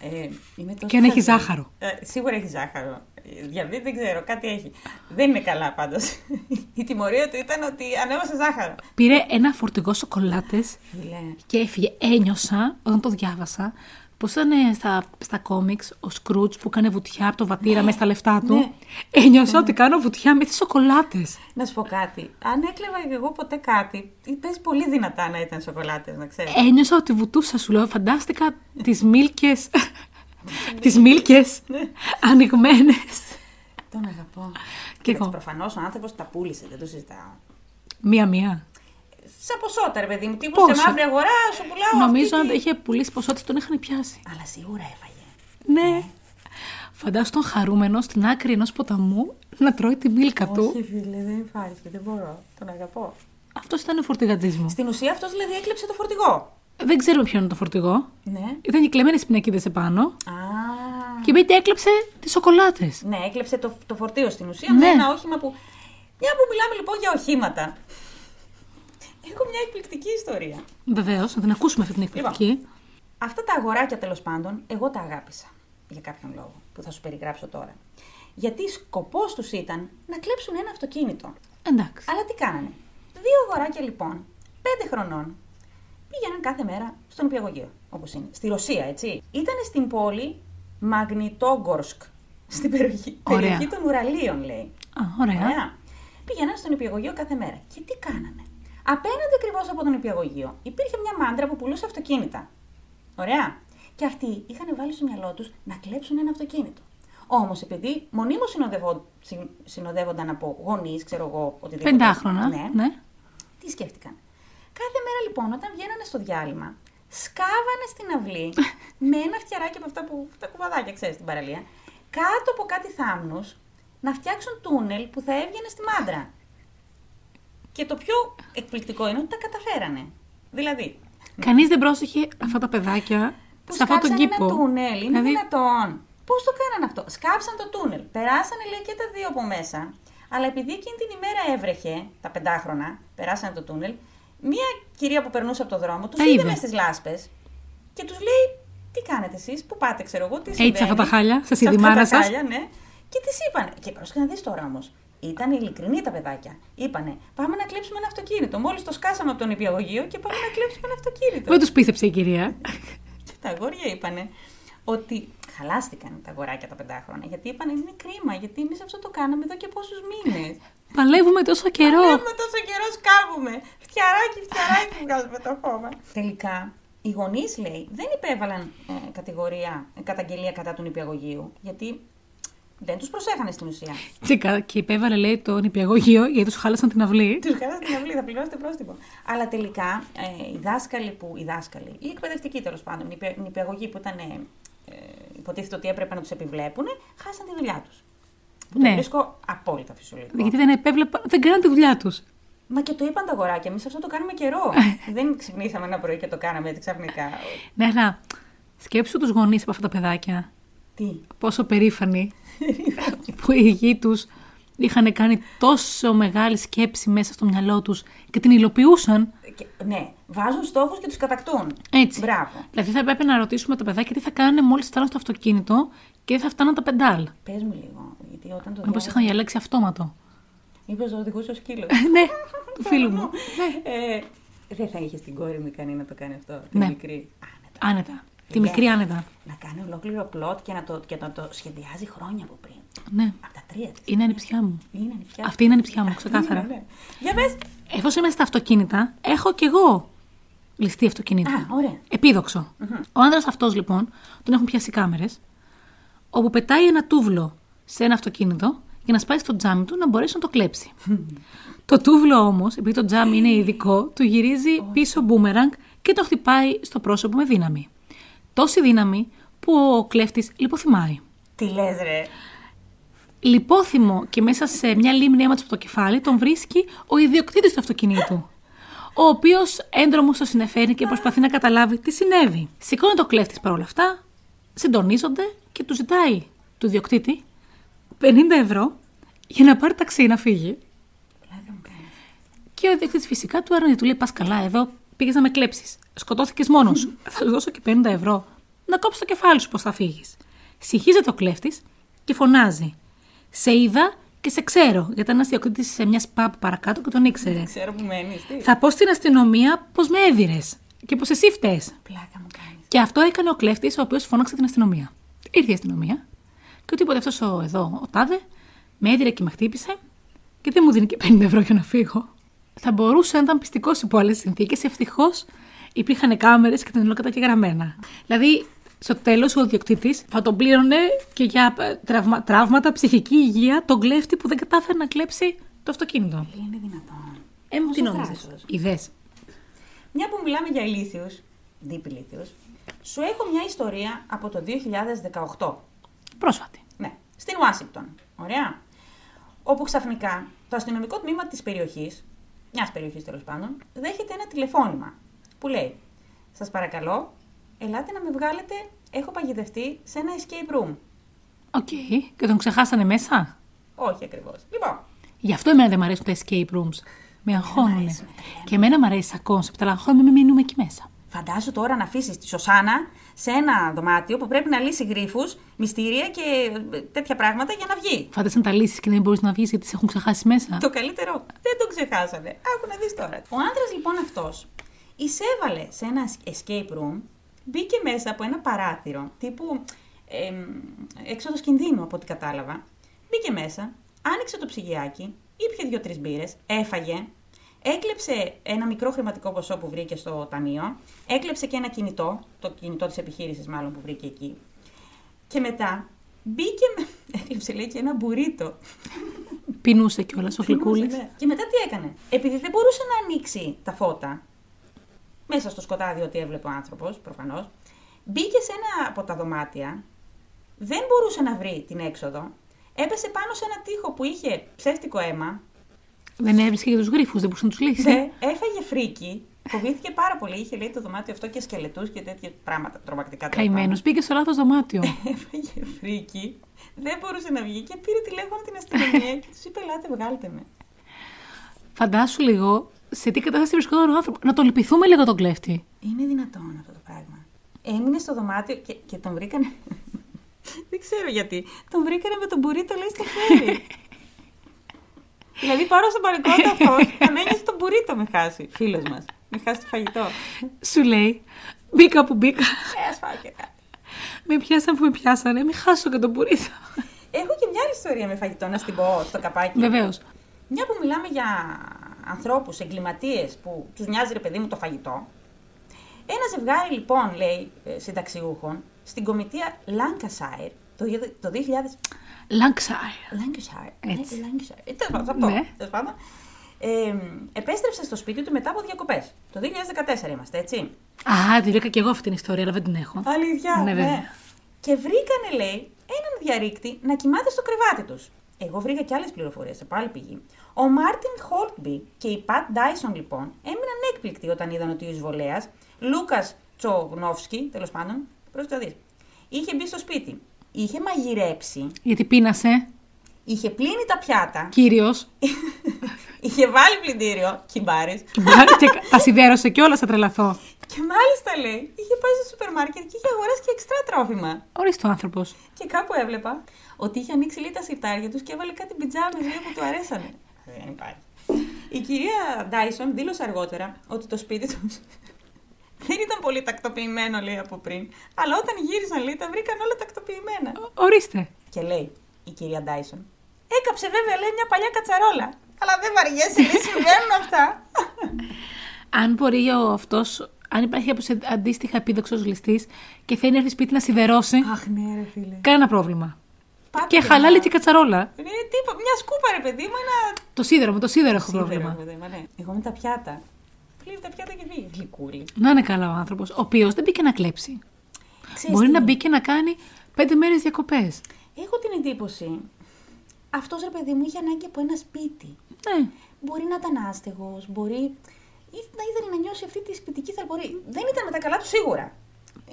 [SPEAKER 1] Ε, είναι τόσο
[SPEAKER 2] Και αν έχει
[SPEAKER 1] χαζό.
[SPEAKER 2] ζάχαρο.
[SPEAKER 1] Ε, σίγουρα έχει ζάχαρο. Ε, Διαβήτη δεν ξέρω, κάτι έχει. Δεν είναι καλά πάντως. Η τιμωρία του ήταν ότι ανέβασε ζάχαρο.
[SPEAKER 2] Πήρε ένα φορτηγό σοκολάτες
[SPEAKER 1] Φιλέ.
[SPEAKER 2] Και έφυγε. Ένιωσα όταν το διάβασα πώ ήταν ε, στα, στα κόμιξ ο Σκρούτ που έκανε βουτιά από το βατήρα μέσα στα λεφτά του.
[SPEAKER 1] ναι.
[SPEAKER 2] Ένιωσα ότι κάνω βουτιά με τις σοκολάτες.
[SPEAKER 1] Να σου πω κάτι. Αν έκλεβα και εγώ ποτέ κάτι, πες πολύ δυνατά να ήταν σοκολάτες, να ξέρεις.
[SPEAKER 2] Ένιωσα ότι βουτούσα, σου λέω. Φαντάστηκα τις μίλκες.
[SPEAKER 1] Ναι.
[SPEAKER 2] τις μίλκες ανοιγμένε.
[SPEAKER 1] Τον αγαπώ.
[SPEAKER 2] Κι εγώ.
[SPEAKER 1] Προφανώς ο άνθρωπος τα πούλησε, δεν το συζητάω.
[SPEAKER 2] Μία-μία.
[SPEAKER 1] Σαν ποσότητα, ρε παιδί μου. Τι
[SPEAKER 2] Πόσα?
[SPEAKER 1] σε μαύρη αγορά, σου πουλάω.
[SPEAKER 2] Νομίζω
[SPEAKER 1] αυτή
[SPEAKER 2] αν
[SPEAKER 1] τη-
[SPEAKER 2] το είχε πουλήσει ποσότητα τον είχαν πιάσει.
[SPEAKER 1] Αλλά σίγουρα έφαγε.
[SPEAKER 2] Ναι. Φαντάσου τον χαρούμενο στην άκρη ενός ποταμού να τρώει τη μίλκα του.
[SPEAKER 1] Όχι, φίλε, δεν υπάρχει, δεν μπορώ. Τον αγαπώ.
[SPEAKER 2] Αυτός ήταν ο φορτηγατζής μου.
[SPEAKER 1] Στην ουσία αυτός δηλαδή έκλεψε το φορτηγό.
[SPEAKER 2] Δεν ξέρουμε ποιο είναι το φορτηγό.
[SPEAKER 1] Ναι.
[SPEAKER 2] Ήταν οι κλεμμένες πινακίδες επάνω
[SPEAKER 1] Α.
[SPEAKER 2] και μπήκε και έκλεψε τις σοκολάτες.
[SPEAKER 1] Ναι, έκλεψε το, το φορτίο στην ουσία
[SPEAKER 2] Ναι.
[SPEAKER 1] με ένα όχημα που. Μια που μιλάμε λοιπόν για οχήματα. Έχω μια εκπληκτική ιστορία.
[SPEAKER 2] Βεβαίως, να την ακούσουμε αυτή την
[SPEAKER 1] Λοιπόν.
[SPEAKER 2] εκπληκτική.
[SPEAKER 1] Αυτά τα αγοράκια τέλος πάντων, εγώ τα αγάπησα. Για κάποιον λόγο που θα σου περιγράψω τώρα. Γιατί σκοπός τους ήταν να κλέψουν ένα αυτοκίνητο.
[SPEAKER 2] Εντάξει.
[SPEAKER 1] Αλλά τι κάνανε. Δύο αγοράκια λοιπόν, πέντε χρονών, πήγαιναν κάθε μέρα στον νηπιαγωγείο, όπως είναι. Στη Ρωσία, έτσι. Ήταν στην πόλη Μαγνητόγκορσκ, στην περιοχή,
[SPEAKER 2] Ωραία.
[SPEAKER 1] περιοχή των Ουραλίων, λέει.
[SPEAKER 2] Α, ωραία.
[SPEAKER 1] Ωραία. Πήγαιναν στον νηπιαγωγείο κάθε μέρα. Και τι κάνανε. Απέναντι ακριβώς από τον νηπιαγωγείο υπήρχε μια μάντρα που πουλούσε αυτοκίνητα. Ωραία. Και αυτοί είχαν βάλει στο μυαλό τους να κλέψουν ένα αυτοκίνητο. Όμως επειδή μονίμως συνοδεύονταν από γονείς, ξέρω εγώ, οτιδήποτε.
[SPEAKER 2] Πεντάχρονα.
[SPEAKER 1] Ναι. Τι σκέφτηκαν. Κάθε μέρα λοιπόν, όταν βγαίνανε στο διάλειμμα, σκάβανε στην αυλή με ένα φτιαράκι από αυτά που. τα κουβαδάκια, ξέρεις στην παραλία, κάτω από κάτι θάμνους, να φτιάξουν τούνελ που θα έβγαινε στη μάντρα. Και το πιο εκπληκτικό είναι ότι τα καταφέρανε. Δηλαδή,
[SPEAKER 2] Κανείς δεν πρόσεχε αυτά τα παιδάκια
[SPEAKER 1] που
[SPEAKER 2] σε αυτόν τον
[SPEAKER 1] σκάψαν
[SPEAKER 2] κήπο.
[SPEAKER 1] ένα τούνελ. Είναι
[SPEAKER 2] Δηλαδή,
[SPEAKER 1] δυνατόν. Πώς το κάνανε αυτό. Σκάψαν το τούνελ. Περάσανε λέει και τα δύο από μέσα. Αλλά επειδή εκείνη την ημέρα έβρεχε, τα πεντάχρονα, περάσανε το τούνελ, μία κυρία που περνούσε από το δρόμο τους
[SPEAKER 2] Τα
[SPEAKER 1] είδε
[SPEAKER 2] είδε.
[SPEAKER 1] μες στις λάσπες και τους λέει: Τι κάνετε εσείς, πού πάτε, ξέρω εγώ, τι συμβαίνει.
[SPEAKER 2] αυτά τα χάλια, σας,
[SPEAKER 1] Σε
[SPEAKER 2] η
[SPEAKER 1] αυτά τα
[SPEAKER 2] δημάρα σας.
[SPEAKER 1] χάλια, ναι. Και τις είπαν. Και πρόσεχε να δεις τώρα όμως. Ήταν ειλικρινή τα παιδάκια. Είπανε: Πάμε να κλέψουμε ένα αυτοκίνητο. Μόλις το σκάσαμε από τον υπηαγωγείο και πάμε να κλέψουμε ένα αυτοκίνητο.
[SPEAKER 2] Δεν τους πίστεψε η κυρία.
[SPEAKER 1] Και τα αγόρια είπανε ότι χαλάστηκαν τα αγοράκια τα πεντάχρονα. Γιατί είπανε είναι κρίμα, γιατί εμείς αυτό το κάναμε εδώ και πόσους μήνες.
[SPEAKER 2] Παλεύουμε τόσο καιρό.
[SPEAKER 1] Κάνουμε τόσο καιρό, σκάβουμε. Φτιαράκι, φτιαράκι βγάζουμε το χώμα. Τελικά, οι γονείς, λέει, δεν υπέβαλαν ε, κατηγορία, ε, καταγγελία κατά του νηπιαγωγείου, γιατί δεν τους προσέχανε στην ουσία.
[SPEAKER 2] Και, κα- και υπέβαλε, λέει, το νηπιαγωγείο γιατί τους χάλασαν την αυλή.
[SPEAKER 1] Τους χαλά στην αυλή, θα πληρώσετε πρόστιμο. Αλλά τελικά ε, οι δάσκαλοι που. Οι δάσκαλοι, οι εκπαιδευτικοί τέλος πάντων, οι νηπια- νηπιαγωγοί που ήταν. Ε, ε, υποτίθεται ότι έπρεπε να τους επιβλέπουν, χάσαν τη δουλειά τους. Που το
[SPEAKER 2] Ναι.
[SPEAKER 1] βρίσκω απόλυτα φυσιολογικό.
[SPEAKER 2] Γιατί δεν επέβλεπα, δεν κάνανε τη δουλειά τους.
[SPEAKER 1] Μα και το είπαν τα αγοράκια, εμείς αυτό το κάνουμε καιρό. δεν ξυπνήσαμε ένα πρωί και το κάναμε έτσι ξαφνικά.
[SPEAKER 2] Ναι, αλλά σκέψου τους γονείς από αυτά τα παιδάκια.
[SPEAKER 1] Τι.
[SPEAKER 2] Πόσο περήφανοι που οι γη τους είχαν κάνει τόσο μεγάλη σκέψη μέσα στο μυαλό τους και την υλοποιούσαν.
[SPEAKER 1] Και, ναι, βάζουν στόχους και τους κατακτούν.
[SPEAKER 2] Έτσι.
[SPEAKER 1] Μπράβο.
[SPEAKER 2] Δηλαδή θα έπρεπε να ρωτήσουμε τα παιδάκια τι θα κάνουν μόλις φτάνουν στο αυτοκίνητο και θα φτάνουν τα πεντάλ.
[SPEAKER 1] Πες μου λίγο, γιατί όταν το
[SPEAKER 2] Μήπως
[SPEAKER 1] διάβασα.
[SPEAKER 2] είχαν διαλέξει αυτόματο.
[SPEAKER 1] Μήπως το οδηγούσε ο σκύλος.
[SPEAKER 2] ναι, του φίλου μου.
[SPEAKER 1] ε, δεν θα είχες την κόρη μου ικανή να το κάνει αυτό. Τη
[SPEAKER 2] Ναι.
[SPEAKER 1] μικρή. Άνετα.
[SPEAKER 2] Άνετα. Τη
[SPEAKER 1] Ναι.
[SPEAKER 2] μικρή άνετα.
[SPEAKER 1] Να κάνει ολόκληρο πλότ και να το, και να το σχεδιάζει χρόνια από πριν.
[SPEAKER 2] Ναι.
[SPEAKER 1] Από τα τρία της.
[SPEAKER 2] Είναι ανιψιά μου.
[SPEAKER 1] Είναι ανιψιά.
[SPEAKER 2] Αυτή είναι ανιψιά μου,
[SPEAKER 1] Ναι,
[SPEAKER 2] ξεκάθαρα.
[SPEAKER 1] ναι. Για πες.
[SPEAKER 2] Εφόσον είμαι στα αυτοκίνητα, έχω κι εγώ ληστή αυτοκίνητα.
[SPEAKER 1] Α, ωραία.
[SPEAKER 2] Επίδοξο. Ο άνδρας αυτός λοιπόν, τον έχουν πιάσει κάμερες, όπου πετάει ένα τούβλο σε ένα αυτοκίνητο για να σπάσει το τζάμι του να μπορέσει να το κλέψει. το τούβλο όμως, επειδή το τζάμι είναι ειδικό, του γυρίζει πίσω μπούμεραγκ και το χτυπάει στο πρόσωπο με δύναμη. Τόση δύναμη που ο κλέφτης λιποθυμάει.
[SPEAKER 1] Τι λες, ρε.
[SPEAKER 2] Λιπόθυμο και μέσα σε μια λίμνη αίματος από το κεφάλι τον βρίσκει ο ιδιοκτήτης του αυτοκινήτου. Ο οποίος έντρομος το συνεφέρει και προσπαθεί να καταλάβει τι συνέβη. Σηκώνει το κλέφτης παρόλα αυτά, συντονίζονται και του ζητάει του ιδιοκτήτη 50 ευρώ για να πάρει ταξί να φύγει.
[SPEAKER 1] Πλάκα μου κάνει.
[SPEAKER 2] Και ο ιδιοκτήτη φυσικά του άρνησε, του λέει: Πας καλά, εδώ πήγες να με κλέψεις. Σκοτώθηκες μόνος σου. θα σου δώσω και 50 ευρώ. Να κόψεις το κεφάλι σου πώς θα φύγεις. Συχίζεται ο κλέφτης και φωνάζει. Σε είδα και σε ξέρω. Γιατί ήταν ένα ιδιοκτήτη σε μια pub παρακάτω και τον ήξερε.
[SPEAKER 1] Ξέρω που μένεις. Τι.
[SPEAKER 2] θα πω στην αστυνομία πω με έδιρες και πω εσύ φταίει.
[SPEAKER 1] Πλάκα μου κάνει.
[SPEAKER 2] Και αυτό έκανε ο κλέφτης, ο οποίος φώναξε την αστυνομία. Ήρθε η αστυνομία και τίποτα αυτό ο εδώ, ο τάδε, με έδιρε και με χτύπησε και δεν μου δίνει και 50 ευρώ για να φύγω. Θα μπορούσε να ήταν πιστικός υπό άλλες συνθήκες. Ευτυχώς υπήρχαν κάμερες και ήταν όλα καταγεγραμμένα. Δηλαδή, στο τέλος, ο διοκτήτη θα τον πλήρωνε και για ε, τραυμα- τραύματα, ψυχική υγεία, τον κλέφτη που δεν κατάφερε να κλέψει το αυτοκίνητο.
[SPEAKER 1] Είναι δυνατόν.
[SPEAKER 2] Ε, μου τι
[SPEAKER 1] Πόσο
[SPEAKER 2] νόμιζες.
[SPEAKER 1] θράσος.
[SPEAKER 2] Ιδέες.
[SPEAKER 1] Μια που μιλάμε για ηλίθιους, deep ηλίθιους, σου έχω μια ιστορία από το 2018.
[SPEAKER 2] Πρόσφατη.
[SPEAKER 1] Ναι, στην Ουάσιγκτον. Ωραία. Όπου ξαφνικά το αστυνομικό τμήμα της περιοχής, μιας περιοχής τέλος πάντων, δέχεται ένα τηλεφώνημα που λέει: Σας παρακαλώ, ελάτε να με βγάλετε. Έχω παγιδευτεί σε ένα escape room.
[SPEAKER 2] Οκ. Και τον ξεχάσανε μέσα.
[SPEAKER 1] Όχι ακριβώς. Λοιπόν,
[SPEAKER 2] Γι' αυτό εμένα δεν μου αρέσουν τα escape rooms. Με αγχώνουν. Και εμένα μου αρέσει σαν κόνσεπτ, αλλά αγχώνουμε μην μείνουμε εκεί μέσα.
[SPEAKER 1] φαντάσου τώρα να αφήσεις τη Σωσάνα σε ένα δωμάτιο που πρέπει να λύσει γρήφου, μυστήρια και ε, τέτοια πράγματα για να βγει.
[SPEAKER 2] Φάντασε να τα λύσεις και να μην μπορείς να βγεις γιατί σε έχουν ξεχάσει μέσα.
[SPEAKER 1] Το καλύτερο δεν τον ξεχάσανε. Άκου να δεις τώρα. Ο άντρας λοιπόν αυτός εισέβαλε σε ένα escape room, μπήκε μέσα από ένα παράθυρο, τύπου εμ, έξοδος κινδύνου από ό,τι κατάλαβα. Μπήκε μέσα, άνοιξε το ψυγιάκι, ήπιε δύο-τρεις μπύρες, έφαγε, έκλεψε ένα μικρό χρηματικό ποσό που βρήκε στο ταμείο, έκλεψε και ένα κινητό, το κινητό της επιχείρησης μάλλον που βρήκε εκεί. Και μετά μπήκε, με- έκλεψε λέει και ένα μπουρίτο
[SPEAKER 2] Πεινούσε κιόλας ο γλυκούλη.
[SPEAKER 1] ναι. Και μετά τι έκανε. Επειδή δεν μπορούσε να ανοίξει τα φώτα, μέσα στο σκοτάδι ό,τι έβλεπε ο άνθρωπος, προφανώς, μπήκε σε ένα από τα δωμάτια, δεν μπορούσε να βρει την έξοδο, έπεσε πάνω σε ένα τοίχο που είχε ψεύτικο αίμα,
[SPEAKER 2] Δεν έβρισκε για του γρήφου, δεν μπορούσε να τους λύσει.
[SPEAKER 1] ναι, έφαγε φρίκι, Φοβήθηκε πάρα πολύ. Είχε λέει το δωμάτιο αυτό και σκελετούς και τέτοια πράγματα τρομακτικά. τέλος
[SPEAKER 2] Καημένος, πήγε στο λάθος δωμάτιο.
[SPEAKER 1] πάντων. Έφαγε φρίκι, δεν μπορούσε να βγει και πήρε τηλέφωνο την αστυνομία και τους είπε: Ελάτε, βγάλτε με.
[SPEAKER 2] Φαντάσου λίγο σε τι κατάσταση βρισκόταν ο άνθρωπο. Να το λυπηθούμε λίγο τον κλέφτη.
[SPEAKER 1] Είναι δυνατόν αυτό το πράγμα. Έμεινε στο δωμάτιο και, και τον βρήκανε. Δεν ξέρω γιατί. Τον βρήκανε με τον μπουρίτο, λέει, στο χέρι. δηλαδή, πάρω στον παρικότητα αυτός, θα μένει στον μπουρίτο με χάσει, φίλος μας. Με χάσει το φαγητό.
[SPEAKER 2] Σου λέει, μπήκα που μπήκα.
[SPEAKER 1] Ε, ας φάω και κάτι.
[SPEAKER 2] Με πιάσαν που με πιάσανε, μην χάσω και τον πουρίτο.
[SPEAKER 1] Έχω και μια άλλη ιστορία με φαγητό, να στην πω στο καπάκι.
[SPEAKER 2] Βεβαίως.
[SPEAKER 1] Μια που μιλάμε για ανθρώπους, εγκληματίες που τους νοιάζει ρε παιδί μου το φαγητό. Ένα ζευγάρι λοιπόν, λέει, ε, συνταξιούχων, στην κομιτεία Lancashire, το, γε- το 2000...
[SPEAKER 2] Λάνξαερ.
[SPEAKER 1] Lancashire,
[SPEAKER 2] Έτσι.
[SPEAKER 1] ναι, Lancashire. Ε, τέλος πάντων, αυτό,
[SPEAKER 2] Ναι.
[SPEAKER 1] τέλος πάντων. Ε, επέστρεψε στο σπίτι του μετά από διακοπές. Το 2014 είμαστε, έτσι.
[SPEAKER 2] Α, τη βρήκα και εγώ αυτή την ιστορία, αλλά δεν την έχω.
[SPEAKER 1] Αλήθεια.
[SPEAKER 2] Ναι, βέβαια.
[SPEAKER 1] Και βρήκανε, λέει, έναν διαρρήκτη να κοιμάται στο κρεβάτι τους. Εγώ βρήκα και άλλες πληροφορίες σε πάλι πηγή. Ο Μάρτιν Χόλτμπι και η Πατ Ντάισον, λοιπόν, έμειναν έκπληκτοι όταν είδαν ότι ο εισβολέας, Λούκας Τσογνόφσκι, τέλος πάντων, πρόσεχε να δεις, είχε μπει στο σπίτι. Είχε μαγειρέψει,
[SPEAKER 2] Γιατί πείνασε,
[SPEAKER 1] είχε πλύνει τα πιάτα,
[SPEAKER 2] κύριος.
[SPEAKER 1] είχε βάλει πλυντήριο, κυμπάρε,
[SPEAKER 2] και τα σιδέρωσε κιόλας, θα τρελαθώ.
[SPEAKER 1] και μάλιστα λέει, είχε πάει στο σούπερ μάρκετ και είχε αγοράσει και εξτρά τρόφιμα.
[SPEAKER 2] Ορίστε ο άνθρωπος.
[SPEAKER 1] Και κάπου έβλεπα ότι είχε ανοίξει λίγο τα σιρτάρια τους και έβαλε κάτι πιτζάμε λίγο που του αρέσανε. Ε, Δεν υπάρχει. Η κυρία Ντάισον δήλωσε αργότερα ότι το σπίτι τους δεν ήταν πολύ τακτοποιημένο, λέει από πριν. Αλλά όταν γύρισαν, λέει, τα βρήκαν όλα τακτοποιημένα.
[SPEAKER 2] Ορίστε.
[SPEAKER 1] Και λέει η κυρία Ντάισον. Έκαψε βέβαια, λέει, μια παλιά κατσαρόλα. Αλλά δεν βαριέσαι, λέει, συμβαίνουν αυτά.
[SPEAKER 2] Αν μπορεί ο αυτός, αν υπάρχει κάποιος αντίστοιχα επίδοξος ληστής και θέλει να έρθει σπίτι να σιδερώσει,
[SPEAKER 1] Αχ, ναι, ρε φίλε.
[SPEAKER 2] κανένα πρόβλημα.
[SPEAKER 1] Πάτε
[SPEAKER 2] Και
[SPEAKER 1] μια-
[SPEAKER 2] χαλάλη και κατσαρόλα.
[SPEAKER 1] Ρε, τύπο, μια σκούπα, ρε παιδί μου, ένα
[SPEAKER 2] Το σίδερο, με το σίδερο έχω
[SPEAKER 1] Σίδερο,
[SPEAKER 2] πρόβλημα.
[SPEAKER 1] βέβαια, ναι. Εγώ με τα πιάτα. Πλήρη τα πιάτα και φύγει. Γλυκούλη.
[SPEAKER 2] Να είναι καλά ο άνθρωπος, ο οποίος δεν μπήκε να κλέψει.
[SPEAKER 1] Ξέρεις
[SPEAKER 2] Μπορεί
[SPEAKER 1] τι,
[SPEAKER 2] να μπει και να κάνει πέντε μέρες διακοπές.
[SPEAKER 1] Έχω την εντύπωση. Αυτός ρε παιδί μου είχε ανάγκη από ένα σπίτι.
[SPEAKER 2] Ναι.
[SPEAKER 1] Μπορεί να ήταν άστεγος, μπορεί. ή να ήθελε να νιώσει αυτή τη σπιτική θαλπορή. Δεν ήταν με τα καλά του σίγουρα.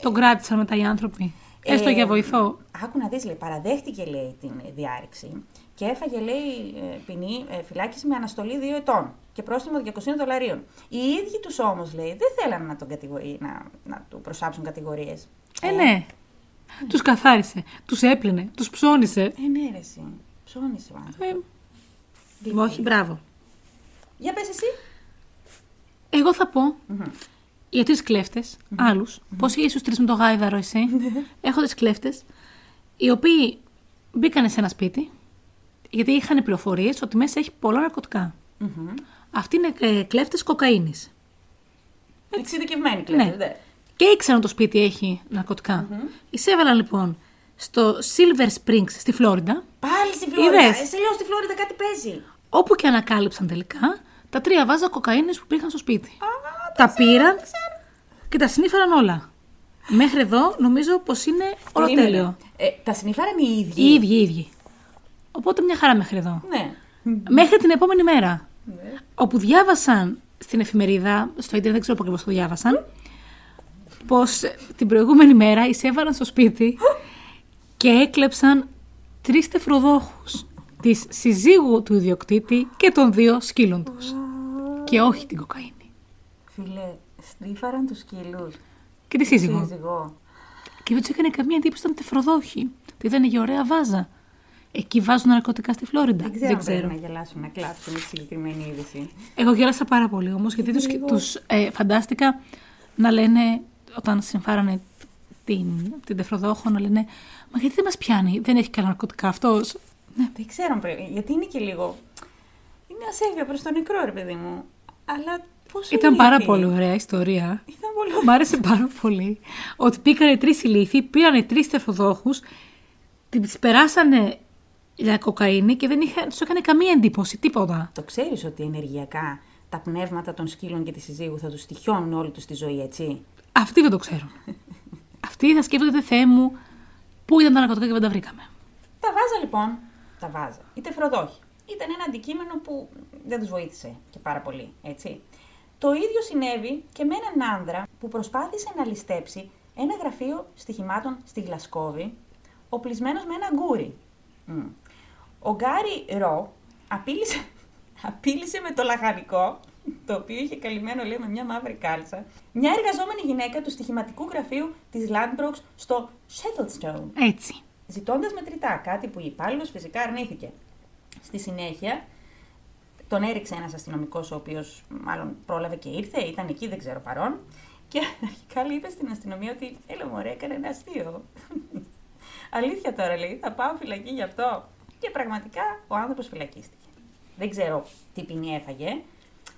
[SPEAKER 2] Τον κράτησαν μετά οι άνθρωποι. Έστω
[SPEAKER 1] Ε,
[SPEAKER 2] για βοηθό.
[SPEAKER 1] Άκου να δεις, λέει, παραδέχτηκε, λέει, την διάρρηξη και έφαγε, λέει, ε, ποινή ε, φυλάκιση με αναστολή δύο ετών και πρόστιμο 200 δολαρίων. Οι ίδιοι τους όμως, λέει, δεν θέλανε να, τον κατηγορεί, να, να του προσάψουν κατηγορίες.
[SPEAKER 2] Ε, ναι. Τους καθάρισε, τους έπλαινε, τους ψώνισε.
[SPEAKER 1] Ε, ναι, ρε, εσύ. Ψώνησε, μάλλον.
[SPEAKER 2] Ε, όχι, μπράβο.
[SPEAKER 1] Για πες εσύ.
[SPEAKER 2] Εγώ θα πω για τρεις κλέφτες, άλλου. Πώς είχε στους τρεις με το γάιδαρο, εσύ. Έχω τρεις κλέφτες, οι οποίοι μπήκαν σε ένα σπίτι, γιατί είχαν πληροφορίες ότι μέσα έχει πολλά ναρκωτικά.
[SPEAKER 1] Μμμ.
[SPEAKER 2] Αυτοί είναι ε, κλέφτες κοκαίνης.
[SPEAKER 1] Εξειδικευμένη,
[SPEAKER 2] Ναι.
[SPEAKER 1] κλέφτη, ναι.
[SPEAKER 2] Και ήξεραν ότι το σπίτι έχει ναρκωτικά. Εισέβαλαν λοιπόν στο Silver Springs στη Φλόριντα,
[SPEAKER 1] Πάλι στη Φλόριδα.
[SPEAKER 2] Είδες.
[SPEAKER 1] Ε, Σε λέω στη Φλόριδα κάτι παίζει.
[SPEAKER 2] όπου και ανακάλυψαν τελικά τα τρία βάζα κοκαίνης που υπήρχαν στο σπίτι.
[SPEAKER 1] Α,
[SPEAKER 2] τα πήραν και τα συνήφεραν όλα. Μέχρι εδώ νομίζω πως είναι όλο
[SPEAKER 1] περίμενε.
[SPEAKER 2] τέλειο.
[SPEAKER 1] Ε, τα συνειφάραμε οι ίδιοι.
[SPEAKER 2] Οι ίδιοι, οι ίδιοι. Οπότε μια χαρά μέχρι εδώ.
[SPEAKER 1] Ναι.
[SPEAKER 2] Μέχρι την επόμενη μέρα,
[SPEAKER 1] Ναι.
[SPEAKER 2] όπου διάβασαν στην εφημερίδα, στο ίντερνετ δεν ξέρω που ακριβώς το διάβασαν, πως ε, την προηγούμενη μέρα εισέβαλαν στο σπίτι και έκλεψαν τρεις τεφροδόχους της συζύγου του ιδιοκτήτη και των δύο σκύλων τους. Και όχι την κοκαίνη.
[SPEAKER 1] Φίλε, στρίφαραν τους σκύλους.
[SPEAKER 2] Και τη σύζυγο.
[SPEAKER 1] Σύζυγο.
[SPEAKER 2] Και δεν τους έκανε καμία εντύπωση ότι ήταν τεφροδόχοι. Τι ήταν για ωραία βάζα. Εκεί βάζουν ναρκωτικά στη Φλόριντα.
[SPEAKER 1] Δεν ξέρω, αν πρέπει να γελάσουν, να κλάψουν τη συγκεκριμένη είδηση.
[SPEAKER 2] Εγώ γέλασα πάρα πολύ όμως, γιατί τους,
[SPEAKER 1] Λίγο.
[SPEAKER 2] τους ε, φαντάστηκα να λένε, όταν συμφάρανε την, την τεφροδόχο, να λένε Μα γιατί δεν μας πιάνει, δεν έχει κανένα ναρκωτικά αυτός.
[SPEAKER 1] Ναι, Δεν ξέρω αν πρέπει, γιατί είναι και λίγο... Είναι ασέβεια προς τον νεκρό, ρε παιδί μου. Αλλά πόσο
[SPEAKER 2] Ήταν πάρα
[SPEAKER 1] ηλίθιοι.
[SPEAKER 2] πολύ ωραία ιστορία.
[SPEAKER 1] Ήταν πολύ
[SPEAKER 2] Μ' άρεσε πάρα πολύ ότι πήγανε τρεις ηλίθιοι, πήρανε τρεις τεφροδόχου, τις περάσανε για κοκαίνη και δεν είχα, τους έκανε καμία εντύπωση, τίποτα.
[SPEAKER 1] Το ξέρεις ότι ενεργειακά τα πνεύματα των σκύλων και της συζύγου θα τους στοιχιώνουν όλη τους τη ζωή, έτσι.
[SPEAKER 2] Αυτοί δεν το ξέρουν. Αυτοί θα σκέφτονται, Θεέ μου, πού ήταν τα ναρκωτικά και δεν τα βρήκαμε.
[SPEAKER 1] Τα βάζα λοιπόν. Τα βάζα. Είτε φροδόχη. Ήταν ένα αντικείμενο που δεν τους βοήθησε και πάρα πολύ, έτσι. Το ίδιο συνέβη και με έναν άνδρα που προσπάθησε να ληστέψει ένα γραφείο στοιχημάτων στη Γλασκόβη, οπλισμένος με ένα γκούρι. Μμ. Ο Γκάρι Ρο απείλησε, απείλησε με το λαχανικό, το οποίο είχε καλυμμένο λέει με μια μαύρη κάλτσα, μια εργαζόμενη γυναίκα του στοιχηματικού γραφείου της Landbrox στο Shettlestone,
[SPEAKER 2] Έτσι.
[SPEAKER 1] ζητώντας μετρητά, κάτι που η υπάλληλος φυσικά αρνήθηκε. Στη συνέχεια, τον έριξε ένας αστυνομικός, ο οποίος μάλλον πρόλαβε και ήρθε, ήταν εκεί, δεν ξέρω παρόν, και αρχικά λέει, είπε στην αστυνομία ότι «Έλα μωρέ, έκανε ένα αστείο». Αλήθεια τώρα λέει, θα πάω φυλακή γι' αυτό. Και πραγματικά ο άνθρωπος φυλακίστηκε. Δεν ξέρω τι ποινή έφαγε.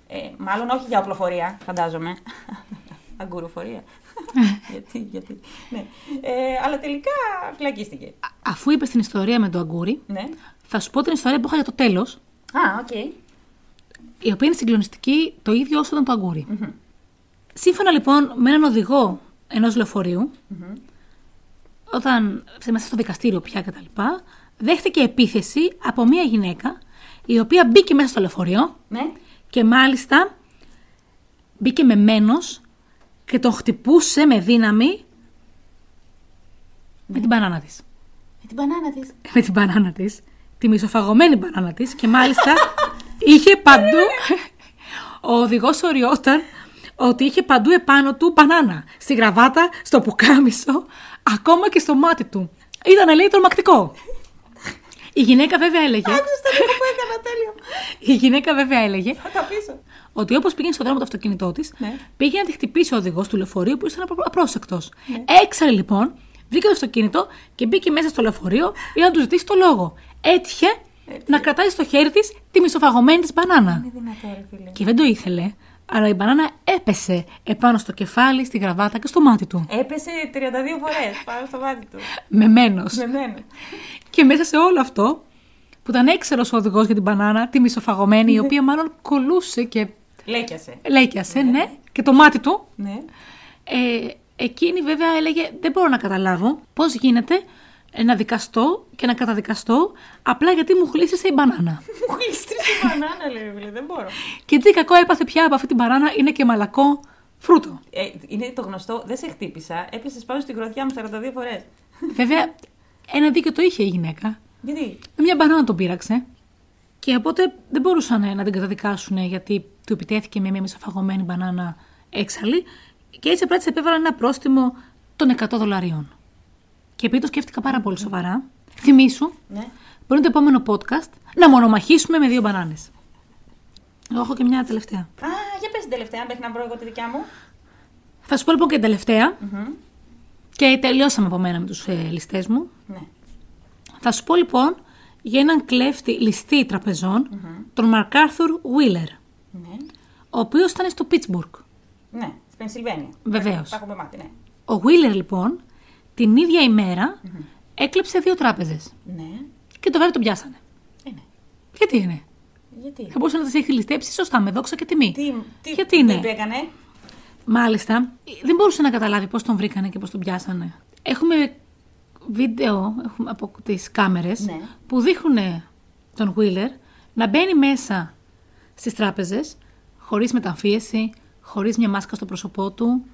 [SPEAKER 1] Ε, μάλλον όχι για οπλοφορία, φαντάζομαι. Αγκουροφορία. γιατί, γιατί. Ναι. Ε, αλλά τελικά φυλακίστηκε.
[SPEAKER 2] Αφού είπες την ιστορία με το αγκούρι,
[SPEAKER 1] Ναι.
[SPEAKER 2] θα σου πω την ιστορία που είχα για το τέλος,
[SPEAKER 1] Α, οκ.
[SPEAKER 2] η οποία είναι συγκλονιστική το ίδιο όσο ήταν το αγκουρι Σύμφωνα λοιπόν με έναν οδηγό ενός λεωφορείου, όταν μέσα στο δικαστήριο πια κτλ., δέχτηκε επίθεση από μία γυναίκα η οποία μπήκε μέσα στο λεωφορείο
[SPEAKER 1] Ναι.
[SPEAKER 2] και μάλιστα μπήκε με μένος και τον χτυπούσε με δύναμη με την μπανάνα της.
[SPEAKER 1] Με Ε, την μπανάνα της.
[SPEAKER 2] Με την μπανάνα της, τη μισοφαγωμένη μπανάνα της και μάλιστα είχε παντού, ο οδηγός οριόταν ότι είχε παντού επάνω του μπανάνα, στη γραβάτα, στο πουκάμισο, ακόμα και στο μάτι του. Ήταν λέει τρομακτικό. Η γυναίκα βέβαια έλεγε,
[SPEAKER 1] Άκουσες τον ήχο που έκανα τέλειο.
[SPEAKER 2] η γυναίκα βέβαια έλεγε
[SPEAKER 1] Θα τα πίσω.
[SPEAKER 2] ότι όπως πήγαινε στον δρόμο το αυτοκίνητό της,
[SPEAKER 1] Ναι.
[SPEAKER 2] πήγε να τη χτυπήσει ο οδηγός του λεωφορείου που ήταν απρόσεκτο. Έξαρε λοιπόν, βρήκε το αυτοκίνητο και μπήκε μέσα στο λεωφορείο για να του ζητήσει το λόγο. Έτυχε Ναι. να κρατάει στο χέρι της τη μισοφαγωμένη της μπανάνα.
[SPEAKER 1] Είναι δυνατό, ρε φίλε.
[SPEAKER 2] Και δεν το ήθελε, αλλά η μπανάνα έπεσε επάνω στο κεφάλι, στη γραβάτα και στο μάτι του.
[SPEAKER 1] Έπεσε 32 φορές πάνω στο μάτι του.
[SPEAKER 2] Μεμένος.
[SPEAKER 1] Μεμένος.
[SPEAKER 2] Και μέσα σε όλο αυτό, που ήταν έξερος ο οδηγός για την μπανάνα, τη μισοφαγωμένη, η οποία μάλλον κολούσε και
[SPEAKER 1] Λέκιασε.
[SPEAKER 2] λέκιασε, ναι, και το μάτι του,
[SPEAKER 1] Ναι.
[SPEAKER 2] Ε, εκείνη βέβαια έλεγε δεν μπορώ να καταλάβω πώς γίνεται ε, να δικαστώ και να καταδικαστώ απλά γιατί μου χλήσισε η μπανάνα.
[SPEAKER 1] Μου γλίστρησε η μπανάνα, λέει, φίλε. Δεν μπορώ.
[SPEAKER 2] και τι κακό έπαθε πια από αυτή την μπανάνα είναι και μαλακό φρούτο.
[SPEAKER 1] Ε, είναι το γνωστό, δεν σε χτύπησα. Έπεσε πάνω στην κροθιά μου 42 φορές.
[SPEAKER 2] βέβαια ένα δίκιο το είχε η γυναίκα.
[SPEAKER 1] Γιατί.
[SPEAKER 2] Με μια μπανάνα τον πείραξε. Και οπότε δεν μπορούσαν ε, να την καταδικάσουν ε, γιατί του επιτέθηκε με μια μισοφαγωμένη μπανάνα έξαλλη. Και έτσι απλά της επέβαλαν ένα πρόστιμο των 100 δολαρίων. Και επειδή το σκέφτηκα πάρα πολύ σοβαρά, θυμήσου
[SPEAKER 1] Ναι.
[SPEAKER 2] Μπορεί το επόμενο podcast να μονομαχήσουμε με δύο μπανάνες. Εγώ έχω και μια τελευταία.
[SPEAKER 1] Α, για πες την τελευταία, αν να βρω εγώ τη δικιά μου.
[SPEAKER 2] Θα σου πω λοιπόν και την τελευταία.
[SPEAKER 1] Μμμ.
[SPEAKER 2] Και τελειώσαμε από μένα με τους ε, ληστές μου.
[SPEAKER 1] Ναι.
[SPEAKER 2] Θα σου πω λοιπόν για έναν κλέφτη ληστή τραπεζών, τον Μαρκάρθουρ Βίλερ,
[SPEAKER 1] Ναι.
[SPEAKER 2] ο οποίος ήταν στο Πίτσμπουργκ.
[SPEAKER 1] Ναι. Στην Πενσιλβένια.
[SPEAKER 2] Βεβαίως.
[SPEAKER 1] Τα έχουμε μάθει, ναι.
[SPEAKER 2] Ο Βίλερ λοιπόν την ίδια ημέρα έκλεψε δύο τράπεζες.
[SPEAKER 1] Ναι.
[SPEAKER 2] Και το βράδυ τον πιάσανε.
[SPEAKER 1] Ε, ναι.
[SPEAKER 2] Γιατί είναι.
[SPEAKER 1] Γιατί.
[SPEAKER 2] Θα μπορούσε να τις έχει ληστέψει σωστά, με δόξα και τιμή.
[SPEAKER 1] Τι, τι,
[SPEAKER 2] Γιατί ναι. είναι.
[SPEAKER 1] Τι έκανε.
[SPEAKER 2] Μάλιστα, δεν μπορούσε να καταλάβει πώς τον βρήκανε και πώς τον πιάσανε. Έχουμε βίντεο έχουμε από τις κάμερες
[SPEAKER 1] Ναι.
[SPEAKER 2] που δείχνουν τον Wheeler να μπαίνει μέσα στις τράπεζες χωρίς μεταμφίεση, χωρίς μια μάσκα στο πρόσωπό του,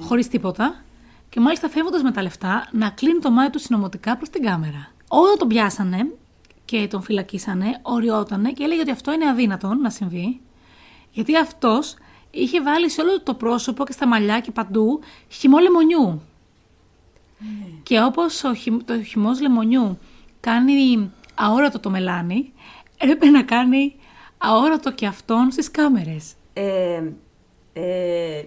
[SPEAKER 2] χωρίς τίποτα και μάλιστα φεύγοντας με τα λεφτά να κλείνει το μάτι του συνωμοτικά προς την κάμερα. Όταν τον πιάσανε και τον φυλακίσανε, οριότανε και έλεγε ότι αυτό είναι αδύνατον να συμβεί γιατί αυτός είχε βάλει σε όλο το πρόσωπο και στα μαλλιά και παντού χυμό λεμονιού. Και όπως το χυμός λεμονιού κάνει αόρατο το μελάνι, έπρεπε να κάνει αόρατο και αυτόν στις κάμερες.
[SPEAKER 1] Ε, ε,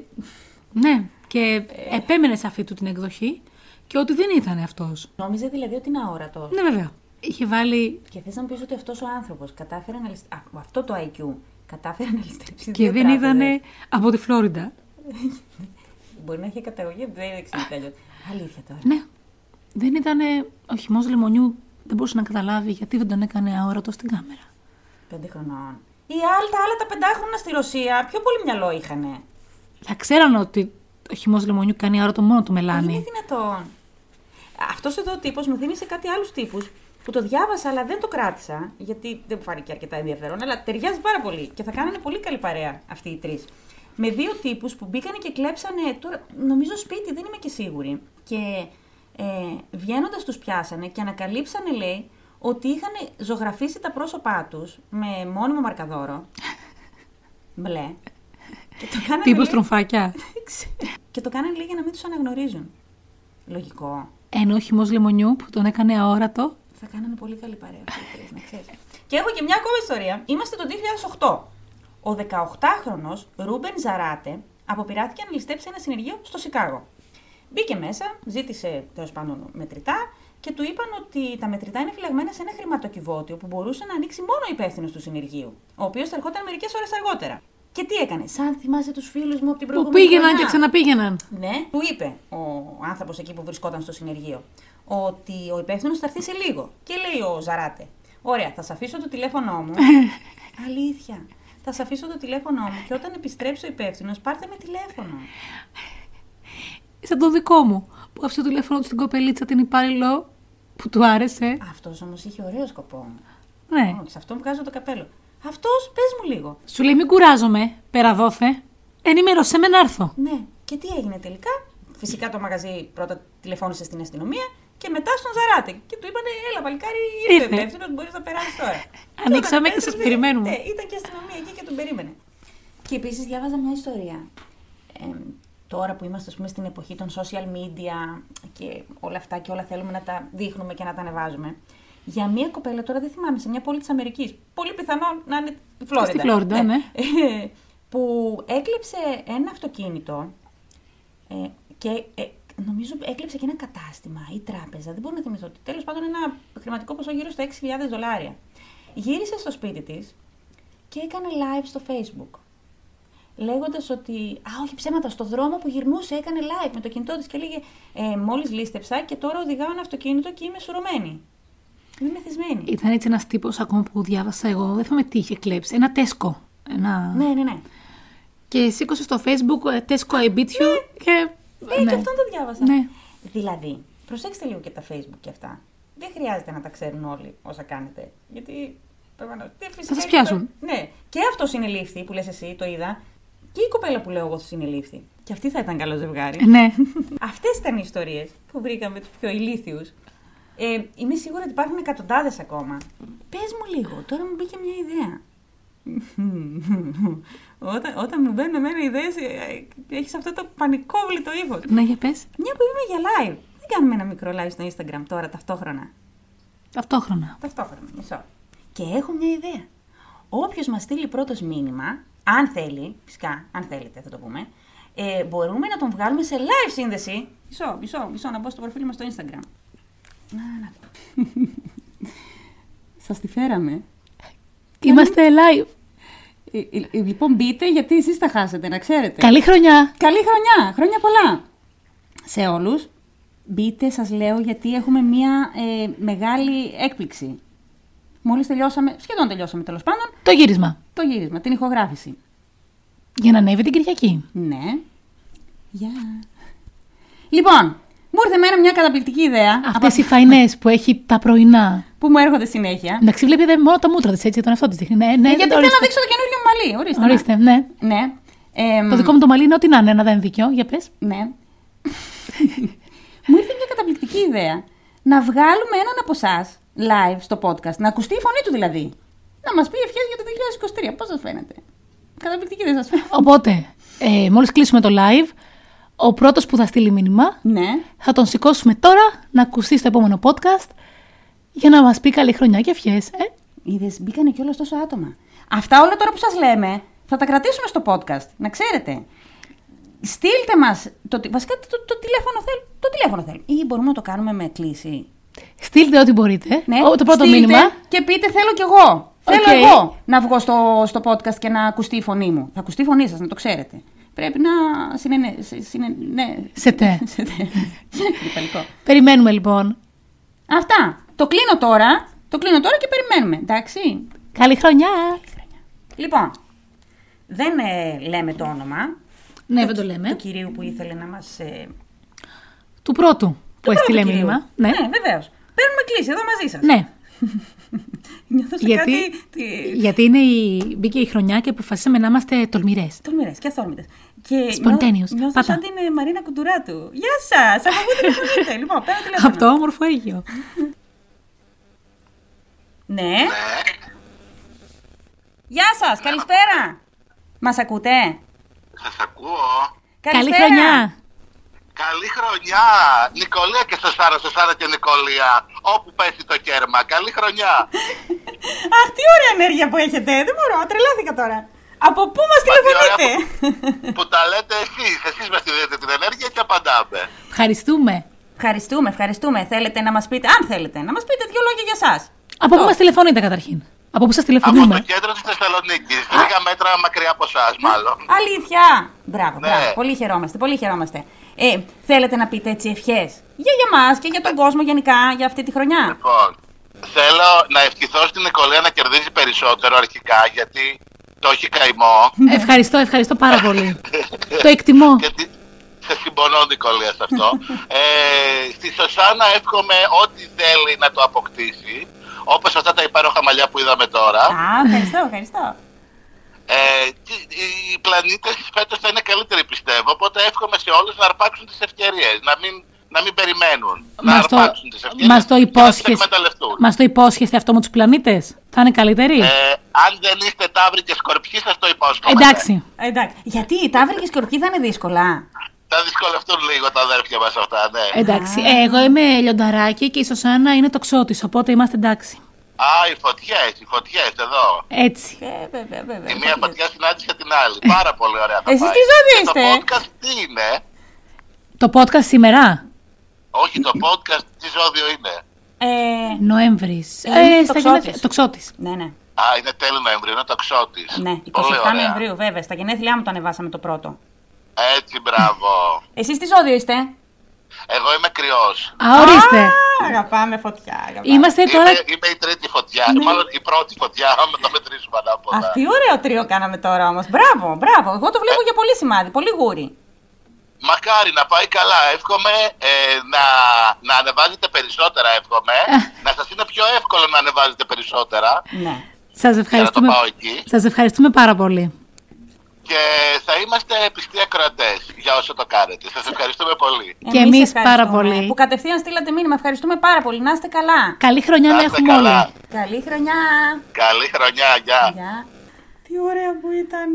[SPEAKER 2] Ναι, και επέμενε σε αυτή του την εκδοχή και ότι δεν ήταν αυτός.
[SPEAKER 1] νόμιζε δηλαδή ότι είναι αόρατος.
[SPEAKER 2] Ναι, βέβαια. Είχε βάλει
[SPEAKER 1] Και θες να μου πεις ότι αυτός ο άνθρωπος κατάφερε να ληστέψει. Αυτό το IQ κατάφερε να ληστέψει.
[SPEAKER 2] και
[SPEAKER 1] δύο
[SPEAKER 2] δεν
[SPEAKER 1] τράπεζες.
[SPEAKER 2] ήταν από τη Φλόριντα.
[SPEAKER 1] Μπορεί να έχει καταγωγή, δεν εξηγείται αλλιώς. Αλήθεια τώρα.
[SPEAKER 2] Ναι. Δεν ήταν ο χυμό λεμονιού, δεν μπορούσε να καταλάβει γιατί δεν τον έκανε αόρατο στην κάμερα.
[SPEAKER 1] Πέντε χρονών. Οι άλλοι, τα άλλα τα πεντάχρονα στη Ρωσία, πιο πολύ μυαλό είχανε.
[SPEAKER 2] Θα ξέραν ότι ο χυμό λεμονιού κάνει αόρατο μόνο το
[SPEAKER 1] Είναι
[SPEAKER 2] μελάνι.
[SPEAKER 1] δυνατόν. Αυτός εδώ ο τύπος μου θύμισε κάτι άλλους τύπους που το διάβασα αλλά δεν το κράτησα, γιατί δεν μου φάνηκε αρκετά ενδιαφέρον, αλλά ταιριάζει πάρα πολύ και θα κάνανε πολύ καλή παρέα αυτοί οι τρεις. με δύο τύπους που μπήκανε και κλέψανε. Τώρα, νομίζω σπίτι, δεν είμαι και σίγουρη. Και ε, βγαίνοντας τους πιάσανε και ανακαλύψανε, λέει, ότι είχαν ζωγραφίσει τα πρόσωπά τους με μόνιμο μαρκαδόρο. Μπλε. Και το κάνανε.
[SPEAKER 2] Τύπος
[SPEAKER 1] λέει-
[SPEAKER 2] τρομφάκια.
[SPEAKER 1] Δεν ξέρω. και το κάνανε λέει για να μην τους αναγνωρίζουν. Λογικό.
[SPEAKER 2] Ενώ ο χυμό λεμονιού που τον έκανε αόρατο.
[SPEAKER 1] Θα κάνανε πολύ καλή παρέα αυτοί οι τρεις, να ξέρεις. και έχω και μια ακόμη ιστορία. Είμαστε το 2008. Ο 18χρονος Ρούμπεν Ζαράτε αποπειράθηκε να ληστέψει ένα συνεργείο στο Σικάγο. Μπήκε μέσα, ζήτησε τέλος πάντων μετρητά και του είπαν ότι τα μετρητά είναι φυλαγμένα σε ένα χρηματοκιβώτιο που μπορούσε να ανοίξει μόνο υπεύθυνος του συνεργείου, ο οποίος θα ερχόταν μερικές ώρες αργότερα. Και τι έκανε, σαν θυμάσαι τους φίλους μου από την
[SPEAKER 2] Που
[SPEAKER 1] προηγούμενη
[SPEAKER 2] πήγαιναν και
[SPEAKER 1] χρονιά.
[SPEAKER 2] ξαναπήγαιναν.
[SPEAKER 1] Ναι, του είπε ο άνθρωπος εκεί που βρισκόταν στο συνεργείο ότι ο υπεύθυνος θα έρθει σε λίγο. Και λέει ο Ζαράτε: Ωραία, θα σε αφήσω το τηλέφωνό μου. Αλήθεια. Θα σε αφήσω το τηλέφωνό μου και όταν επιστρέψει ο υπεύθυνος, πάρτε με τηλέφωνο.
[SPEAKER 2] Σαν το δικό μου. Που άφησε το τηλέφωνο του στην κοπελίτσα την υπάλληλο που του άρεσε.
[SPEAKER 1] Αυτός όμως είχε ωραίο σκοπό.
[SPEAKER 2] Ναι.
[SPEAKER 1] Όχι, σε αυτόν βγάζω το καπέλο. Αυτός, πες μου λίγο.
[SPEAKER 2] Σου λέει μην κουράζομαι, πέρα δόθε. Ενημέρωσέ με να έρθω.
[SPEAKER 1] Ναι, και τι έγινε τελικά. Φυσικά το μαγαζί πρώτα τηλεφώνησε στην αστυνομία και μετά στον Ζαράτε. Και του είπανε, έλα παλικάρι, ήρθε
[SPEAKER 2] Ήρθε.
[SPEAKER 1] ο υπεύθυνο, μπορείς να περάσεις τώρα. Και
[SPEAKER 2] Ναι. Ανοίξαμε
[SPEAKER 1] όταν
[SPEAKER 2] και σας
[SPEAKER 1] επέστρεψε,
[SPEAKER 2] περιμένουμε.
[SPEAKER 1] Ναι, ήταν και η αστυνομία εκεί και τον περίμενε. Και επίσης διάβαζα μια ιστορία. Ε, τώρα που είμαστε, ας πούμε, στην εποχή των social media και όλα αυτά και όλα θέλουμε να τα δείχνουμε και να τα ανεβάζουμε. Για μία κοπέλα, τώρα δεν θυμάμαι, σε μια πόλη της Αμερικής. Πολύ πιθανόν να είναι η Φλόριντα.
[SPEAKER 2] Στη Φλόριντα, ναι.
[SPEAKER 1] Ε, που έκλεψε ένα αυτοκίνητο ε, και ε, νομίζω έκλεψε και ένα κατάστημα ή τράπεζα. Δεν μπορώ να θυμηθώ. Τέλος πάντων, ένα χρηματικό ποσό γύρω στα 6.000 δολάρια. Γύρισε στο σπίτι της και έκανε live στο Facebook. Λέγοντας ότι. Α, όχι ψέματα, στο δρόμο που γυρνούσε έκανε live με το κινητό της και έλεγε ε, Μόλις λίστεψα και τώρα οδηγάω ένα αυτοκίνητο και είμαι σουρωμένη. Είμαι μεθυσμένη.
[SPEAKER 2] Ήταν έτσι ένας τύπος ακόμα που διάβασα εγώ, δεν θυμάμαι τι είχε κλέψει. Ένα τέσκο. Ένα...
[SPEAKER 1] Ναι, ναι, ναι.
[SPEAKER 2] Και σήκωσε στο facebook ε, τέσκο I beat you και...
[SPEAKER 1] Ε, και αυτόν το διάβασα.
[SPEAKER 2] Ναι.
[SPEAKER 1] Δηλαδή, προσέξτε λίγο και τα facebook και αυτά. Δεν χρειάζεται να τα ξέρουν όλοι όσα κάνετε. Γιατί. προφανώς, δεν φυσικά
[SPEAKER 2] σας
[SPEAKER 1] είναι
[SPEAKER 2] πιάσουν.
[SPEAKER 1] το- Ναι. Και αυτός συνελήφθη που λες εσύ, το είδα. Και η κοπέλα που λέω εγώ συνελήφθη. Και αυτή θα ήταν καλό ζευγάρι.
[SPEAKER 2] Ε, ναι.
[SPEAKER 1] Αυτές ήταν οι ιστορίες που βρήκαμε τους πιο ηλίθιους. Ε, είμαι σίγουρη ότι υπάρχουν εκατοντάδες ακόμα. Πες μου λίγο, τώρα μου μπήκε μια ιδέα. όταν, όταν μου μπαίνουν εμένα ιδέες, έχεις αυτό το πανικόβλητο ύφος.
[SPEAKER 2] ναι, για πες.
[SPEAKER 1] Μια που είμαι για live, δεν κάνουμε ένα μικρό live στο Instagram τώρα ταυτόχρονα.
[SPEAKER 2] Ταυτόχρονα.
[SPEAKER 1] Ταυτόχρονα, μισό. Και έχω μια ιδέα. Όποιος μας στείλει πρώτος μήνυμα, αν θέλει, φυσικά, αν θέλετε θα το πούμε, ε, μπορούμε να τον βγάλουμε σε live σύνδεση. Μισό, μισό, μισό, να μπω στο προφίλ μας στο Instagram. Να, να. Σας τη φέραμε.
[SPEAKER 2] Είμαστε live.
[SPEAKER 1] λοιπόν, μπείτε γιατί εσείς τα χάσετε, να ξέρετε.
[SPEAKER 2] Καλή χρονιά.
[SPEAKER 1] Καλή χρονιά, χρόνια πολλά σε όλους. Μπείτε, σας λέω, γιατί έχουμε μία ε, μεγάλη έκπληξη. Μόλις τελειώσαμε, σχεδόν τελειώσαμε τέλος πάντων,
[SPEAKER 2] Το γύρισμα.
[SPEAKER 1] το γύρισμα, την ηχογράφηση.
[SPEAKER 2] Για να ανέβει την Κυριακή.
[SPEAKER 1] Ναι. Γεια. Λοιπόν, μου ήρθε εμένα μια καταπληκτική ιδέα,
[SPEAKER 2] Αυτές οι φαϊνές που έχει τα πρωινά.
[SPEAKER 1] που μου έρχονται συνέχεια. Ε,
[SPEAKER 2] Εντάξει, βλέπετε μόνο τα μούτρα της, έτσι, τον εαυτό της δείχνει. Ναι, ναι,
[SPEAKER 1] γιατί θέλω
[SPEAKER 2] ορίστε.
[SPEAKER 1] να δείξω το καινούργιο μου μαλλί, ορίστε. να.
[SPEAKER 2] Ορίστε, ναι.
[SPEAKER 1] Ναι. Εμ,
[SPEAKER 2] Το δικό μου το μαλλί είναι ό,τι να είναι, ένα δεν είναι δίκιο. Για πες.
[SPEAKER 1] Ναι. Μου ήρθε μια καταπληκτική ιδέα. Να βγάλουμε έναν από εσάς live στο podcast. Να ακουστεί η φωνή του δηλαδή. Να μας πει ευχές για το 2023. Πώς σας φαίνεται. Καταπληκτική δεν σας φαίνεται.
[SPEAKER 2] Οπότε, ε, μόλις κλείσουμε το live, ο πρώτος που θα στείλει μήνυμα
[SPEAKER 1] Ναι.
[SPEAKER 2] θα τον σηκώσουμε τώρα να ακουστεί στο επόμενο podcast για να μας πει καλή χρονιά και ευχές. Ε.
[SPEAKER 1] Είδες, μπήκανε κιόλας τόσο άτομα. Αυτά όλα τώρα που σας λέμε θα τα κρατήσουμε στο podcast. Να ξέρετε. Στείλτε μας. Το, τι- βασικά το, το, τηλέφωνο θέλ, το τηλέφωνο θέλουμε. Ή μπορούμε να το κάνουμε με κλίση.
[SPEAKER 2] Στείλτε ό,τι μπορείτε.
[SPEAKER 1] Ναι,
[SPEAKER 2] Ο- το πρώτο
[SPEAKER 1] στείλτε
[SPEAKER 2] μήνυμα.
[SPEAKER 1] Και πείτε θέλω κι εγώ.
[SPEAKER 2] Οκ.
[SPEAKER 1] Θέλω εγώ να βγω στο, στο podcast και να ακουστεί η φωνή μου. Θα ακουστεί η φωνή σας, να το ξέρετε. Πρέπει να συνενε... συ- συνε- ναι.
[SPEAKER 2] Σε τε.
[SPEAKER 1] Σε τε. Γλυπαλικό.
[SPEAKER 2] Περιμένουμε λοιπόν.
[SPEAKER 1] Αυτά. Το κλείνω τώρα. Το κλείνω τώρα και περιμένουμε. Εντάξει.
[SPEAKER 2] Καλή χρονιά!
[SPEAKER 1] Λοιπόν, δεν ε, λέμε το όνομα
[SPEAKER 2] Ναι, δεν το λέμε.
[SPEAKER 1] του κυρίου που ήθελε να μας... Ε,
[SPEAKER 2] Του πρώτου που
[SPEAKER 1] του
[SPEAKER 2] έστειλε
[SPEAKER 1] πρώτου κυρίου.
[SPEAKER 2] μήνυμα.
[SPEAKER 1] Ναι,
[SPEAKER 2] Ναι.
[SPEAKER 1] βεβαίως. Παίρνουμε κλίση εδώ μαζί σας.
[SPEAKER 2] Ναι.
[SPEAKER 1] Νιώθω σαν
[SPEAKER 2] Γιατί-
[SPEAKER 1] κάτι. Τι...
[SPEAKER 2] Γιατί είναι η... μπήκε η χρονιά και αποφασίσαμε να είμαστε τολμηρές.
[SPEAKER 1] Τολμηρές και αυθόρμητε. Και νιώ-
[SPEAKER 2] Spontaneous.
[SPEAKER 1] Νιώθω
[SPEAKER 2] Πάτα.
[SPEAKER 1] σαν την ε, Μαρίνα Κουντουράτου. Γεια σας! Αγαπητοί αγαπητοί. Λοιπόν, παίρνω τηλέφωνο.
[SPEAKER 2] Από το όμορφο Αίγυο.
[SPEAKER 1] Ναι. Γεια σας, καλησπέρα. Μας ακούτε.
[SPEAKER 3] Σας ακούω.
[SPEAKER 2] Καλή χρονιά!
[SPEAKER 3] Καλή χρονιά! Νικολία και Σεσάρα, Σεσάρα και Νικολία. Όπου πέσει το κέρμα. Καλή χρονιά!
[SPEAKER 1] Αχ, τι ωραία ενέργεια που έχετε. Δεν μπορώ, τρελάθηκα τώρα. Από πού μας
[SPEAKER 3] τι ωραία
[SPEAKER 1] τηλεφωνείτε,
[SPEAKER 3] που τα λέτε εσείς. Εσείς μας τη δίνετε την ενέργεια και απαντάμε.
[SPEAKER 2] Ευχαριστούμε.
[SPEAKER 1] Ευχαριστούμε, ευχαριστούμε. Θέλετε να μας πείτε, αν θέλετε, να μας πείτε δύο λόγια για εσά.
[SPEAKER 2] Από πού μας τηλεφωνείτε καταρχήν. Από πού σας
[SPEAKER 3] Από το
[SPEAKER 2] τηλεφωνούμε.
[SPEAKER 3] κέντρο της Θεσσαλονίκης. Λίγα μέτρα μακριά από εσά, μάλλον.
[SPEAKER 1] Αλήθεια! Μπράβο,
[SPEAKER 3] Ναι.
[SPEAKER 1] μπράβο. Πολύ χαιρόμαστε, πολύ χαιρόμαστε. Ε, θέλετε να πείτε έτσι ευχές για, για μας και για τον κόσμο γενικά για αυτή τη χρονιά.
[SPEAKER 3] Λοιπόν, θέλω να ευχηθώ στην Νικολία να κερδίζει περισσότερο αρχικά, γιατί το έχει καημό.
[SPEAKER 2] Ευχαριστώ, ευχαριστώ πάρα πολύ. το εκτιμώ.
[SPEAKER 3] Γιατί σε συμπονώ, Νικολία, σε αυτό. ε, στη Σωσάνα εύχομαι ό,τι θέλει να το αποκτήσει. Όπως αυτά τα υπέροχα μαλλιά που είδαμε τώρα.
[SPEAKER 1] Α, ευχαριστώ, ευχαριστώ.
[SPEAKER 3] Ε, τι- οι πλανήτες φέτος θα είναι καλύτεροι, πιστεύω. Οπότε εύχομαι σε όλους να αρπάξουν τις ευκαιρίες. Να μην, να μην περιμένουν. να
[SPEAKER 2] Μας το,
[SPEAKER 3] αρπάξουν τις ευκαιρίες.
[SPEAKER 2] μας το
[SPEAKER 3] Να τις
[SPEAKER 2] υπόσχεστε.
[SPEAKER 3] εκμεταλλευτούν.
[SPEAKER 2] Μας το υπόσχεστε αυτό με τους πλανήτες. Θα είναι καλύτεροι.
[SPEAKER 3] Ε, αν δεν είστε τάβροι και σκορπιοί, σας το υπόσχομαι.
[SPEAKER 2] Εντάξει.
[SPEAKER 1] Ε, Εντάξει. Γιατί οι τάβροι και οι σκορπιοί θα είναι δύσκολα.
[SPEAKER 3] Θα δυσκολευτούν λίγο τα αδέρφια μας αυτά, ναι.
[SPEAKER 2] Εντάξει. Ε, εγώ είμαι λιονταράκι και η Σωσάνα είναι τοξότης, οπότε είμαστε εντάξει.
[SPEAKER 3] Α, οι φωτιέ, οι φωτιέ εδώ.
[SPEAKER 2] Έτσι.
[SPEAKER 1] Ε, βέβαια, βέβαια.
[SPEAKER 3] Η μία φωτιά συνάντησε την άλλη. Πάρα πολύ ωραία. θα
[SPEAKER 1] Εσείς
[SPEAKER 3] πάει.
[SPEAKER 1] τι ζώδιο
[SPEAKER 3] Και
[SPEAKER 1] είστε? ε?
[SPEAKER 3] Το podcast τι είναι.
[SPEAKER 2] Το podcast σήμερα,
[SPEAKER 3] Όχι, το podcast τι ζώδιο είναι.
[SPEAKER 1] Ε,
[SPEAKER 2] Νοέμβρης. Ε,
[SPEAKER 1] Είναι
[SPEAKER 2] στα
[SPEAKER 1] τοξότης.
[SPEAKER 2] γενέθλια- τοξότης.
[SPEAKER 1] ναι, ναι.
[SPEAKER 3] Α, είναι τέλη Νοεμβρίου, είναι το ξώτης.
[SPEAKER 1] Ναι, 27
[SPEAKER 3] Πολύ ωραία.
[SPEAKER 1] Νοεμβρίου, βέβαια. Στα γενέθλιά μου το ανεβάσαμε το πρώτο.
[SPEAKER 3] Έτσι, μπράβο.
[SPEAKER 1] Εσείς τι ζώδιο είστε.
[SPEAKER 3] Εγώ είμαι κρυός.
[SPEAKER 2] Α, ορίστε.
[SPEAKER 1] Α, αγαπάμε φωτιά. Αγαπάμε.
[SPEAKER 2] Είμαστε τώρα.
[SPEAKER 3] Είμαι, είμαι, η τρίτη φωτιά.
[SPEAKER 1] Ναι.
[SPEAKER 3] Μάλλον η πρώτη φωτιά, άμα το μετρήσουμε ανάποδα.
[SPEAKER 1] Αχ, τι ωραίο τρίο κάναμε τώρα όμως. Μπράβο, μπράβο. Εγώ το βλέπω για πολύ σημάδι, πολύ γούρι.
[SPEAKER 3] Μακάρι να πάει καλά. Εύχομαι ε, να, να ανεβάζετε περισσότερα. Εύχομαι να σας είναι πιο εύκολο να ανεβάζετε περισσότερα.
[SPEAKER 1] Ναι.
[SPEAKER 2] Σας ευχαριστούμε.
[SPEAKER 3] ε, πάω εκεί.
[SPEAKER 2] Σας ευχαριστούμε πάρα πολύ.
[SPEAKER 3] Και θα είμαστε πιστοί ακροατέ για όσο το κάνετε. Σας ευχαριστούμε πολύ.
[SPEAKER 2] Και εμείς
[SPEAKER 1] ευχαριστούμε
[SPEAKER 2] πάρα πολύ.
[SPEAKER 1] Που κατευθείαν στείλατε μήνυμα. Ευχαριστούμε πάρα πολύ. Να είστε καλά.
[SPEAKER 2] Καλή χρονιά να
[SPEAKER 3] Κάντε
[SPEAKER 2] έχουμε όλοι.
[SPEAKER 1] Καλή χρονιά.
[SPEAKER 3] Καλή χρονιά, γεια.
[SPEAKER 1] Γεια. Τι ωραία που ήταν.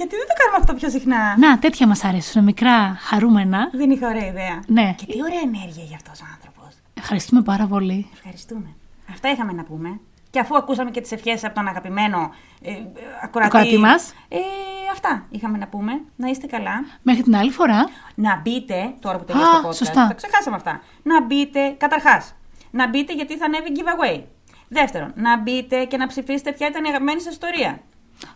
[SPEAKER 1] Γιατί δεν το κάνουμε αυτό πιο συχνά.
[SPEAKER 2] Να, τέτοια μας αρέσουν. Μικρά, χαρούμενα.
[SPEAKER 1] Δεν είχα ωραία ιδέα.
[SPEAKER 2] Ναι.
[SPEAKER 1] Και τι ωραία ενέργεια για αυτός ο άνθρωπος.
[SPEAKER 2] Ευχαριστούμε πάρα πολύ.
[SPEAKER 1] Ευχαριστούμε. Αυτά είχαμε να πούμε. Και αφού ακούσαμε και τις ευχές από τον αγαπημένο ε, ε, ακροατή.
[SPEAKER 2] Ακροατή μας.
[SPEAKER 1] Ε, αυτά είχαμε να πούμε. Να είστε καλά.
[SPEAKER 2] Μέχρι την άλλη φορά.
[SPEAKER 1] Να μπείτε, τώρα που τελειώσει
[SPEAKER 2] Α,
[SPEAKER 1] το podcast,
[SPEAKER 2] σωστά.
[SPEAKER 1] τα ξεχάσαμε αυτά. Να μπείτε, καταρχάς, να μπείτε γιατί θα ανέβει giveaway. Δεύτερον, να μπείτε και να ψηφίσετε ποια ήταν η αγαπημένη σας ιστορία.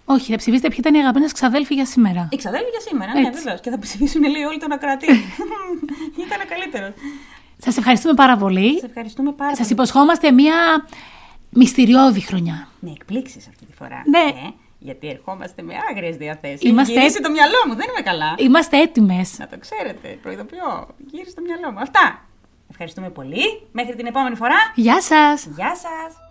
[SPEAKER 2] Όχι, θα ψηφίσετε ποιοι ήταν οι αγαπημένε ξαδέλφοι για σήμερα.
[SPEAKER 1] Η ξαδέλφη για σήμερα, ναι,
[SPEAKER 2] Έτσι.
[SPEAKER 1] βεβαίως. Και θα ψηφίσουν λέει όλοι τον ακροατή. ήταν ο καλύτερος.
[SPEAKER 2] Σας ευχαριστούμε πάρα
[SPEAKER 1] Σα
[SPEAKER 2] πολύ.
[SPEAKER 1] ευχαριστούμε πάρα
[SPEAKER 2] Σας
[SPEAKER 1] πολύ.
[SPEAKER 2] υποσχόμαστε μία μυστηριώδη χρονιά.
[SPEAKER 1] Με εκπλήξεις αυτή τη φορά. ε,
[SPEAKER 2] Ναι.
[SPEAKER 1] γιατί ερχόμαστε με άγριες διαθέσεις.
[SPEAKER 2] Είμαστε- Ε-
[SPEAKER 1] Γυρίσει το μυαλό μου, δεν είμαι καλά.
[SPEAKER 2] Είμαστε έτοιμες.
[SPEAKER 1] Να το ξέρετε, προειδοποιώ. Γύρισε το μυαλό μου. Αυτά. Ευχαριστούμε πολύ. Μέχρι την επόμενη φορά.
[SPEAKER 2] Γεια σας!
[SPEAKER 1] Γεια σας.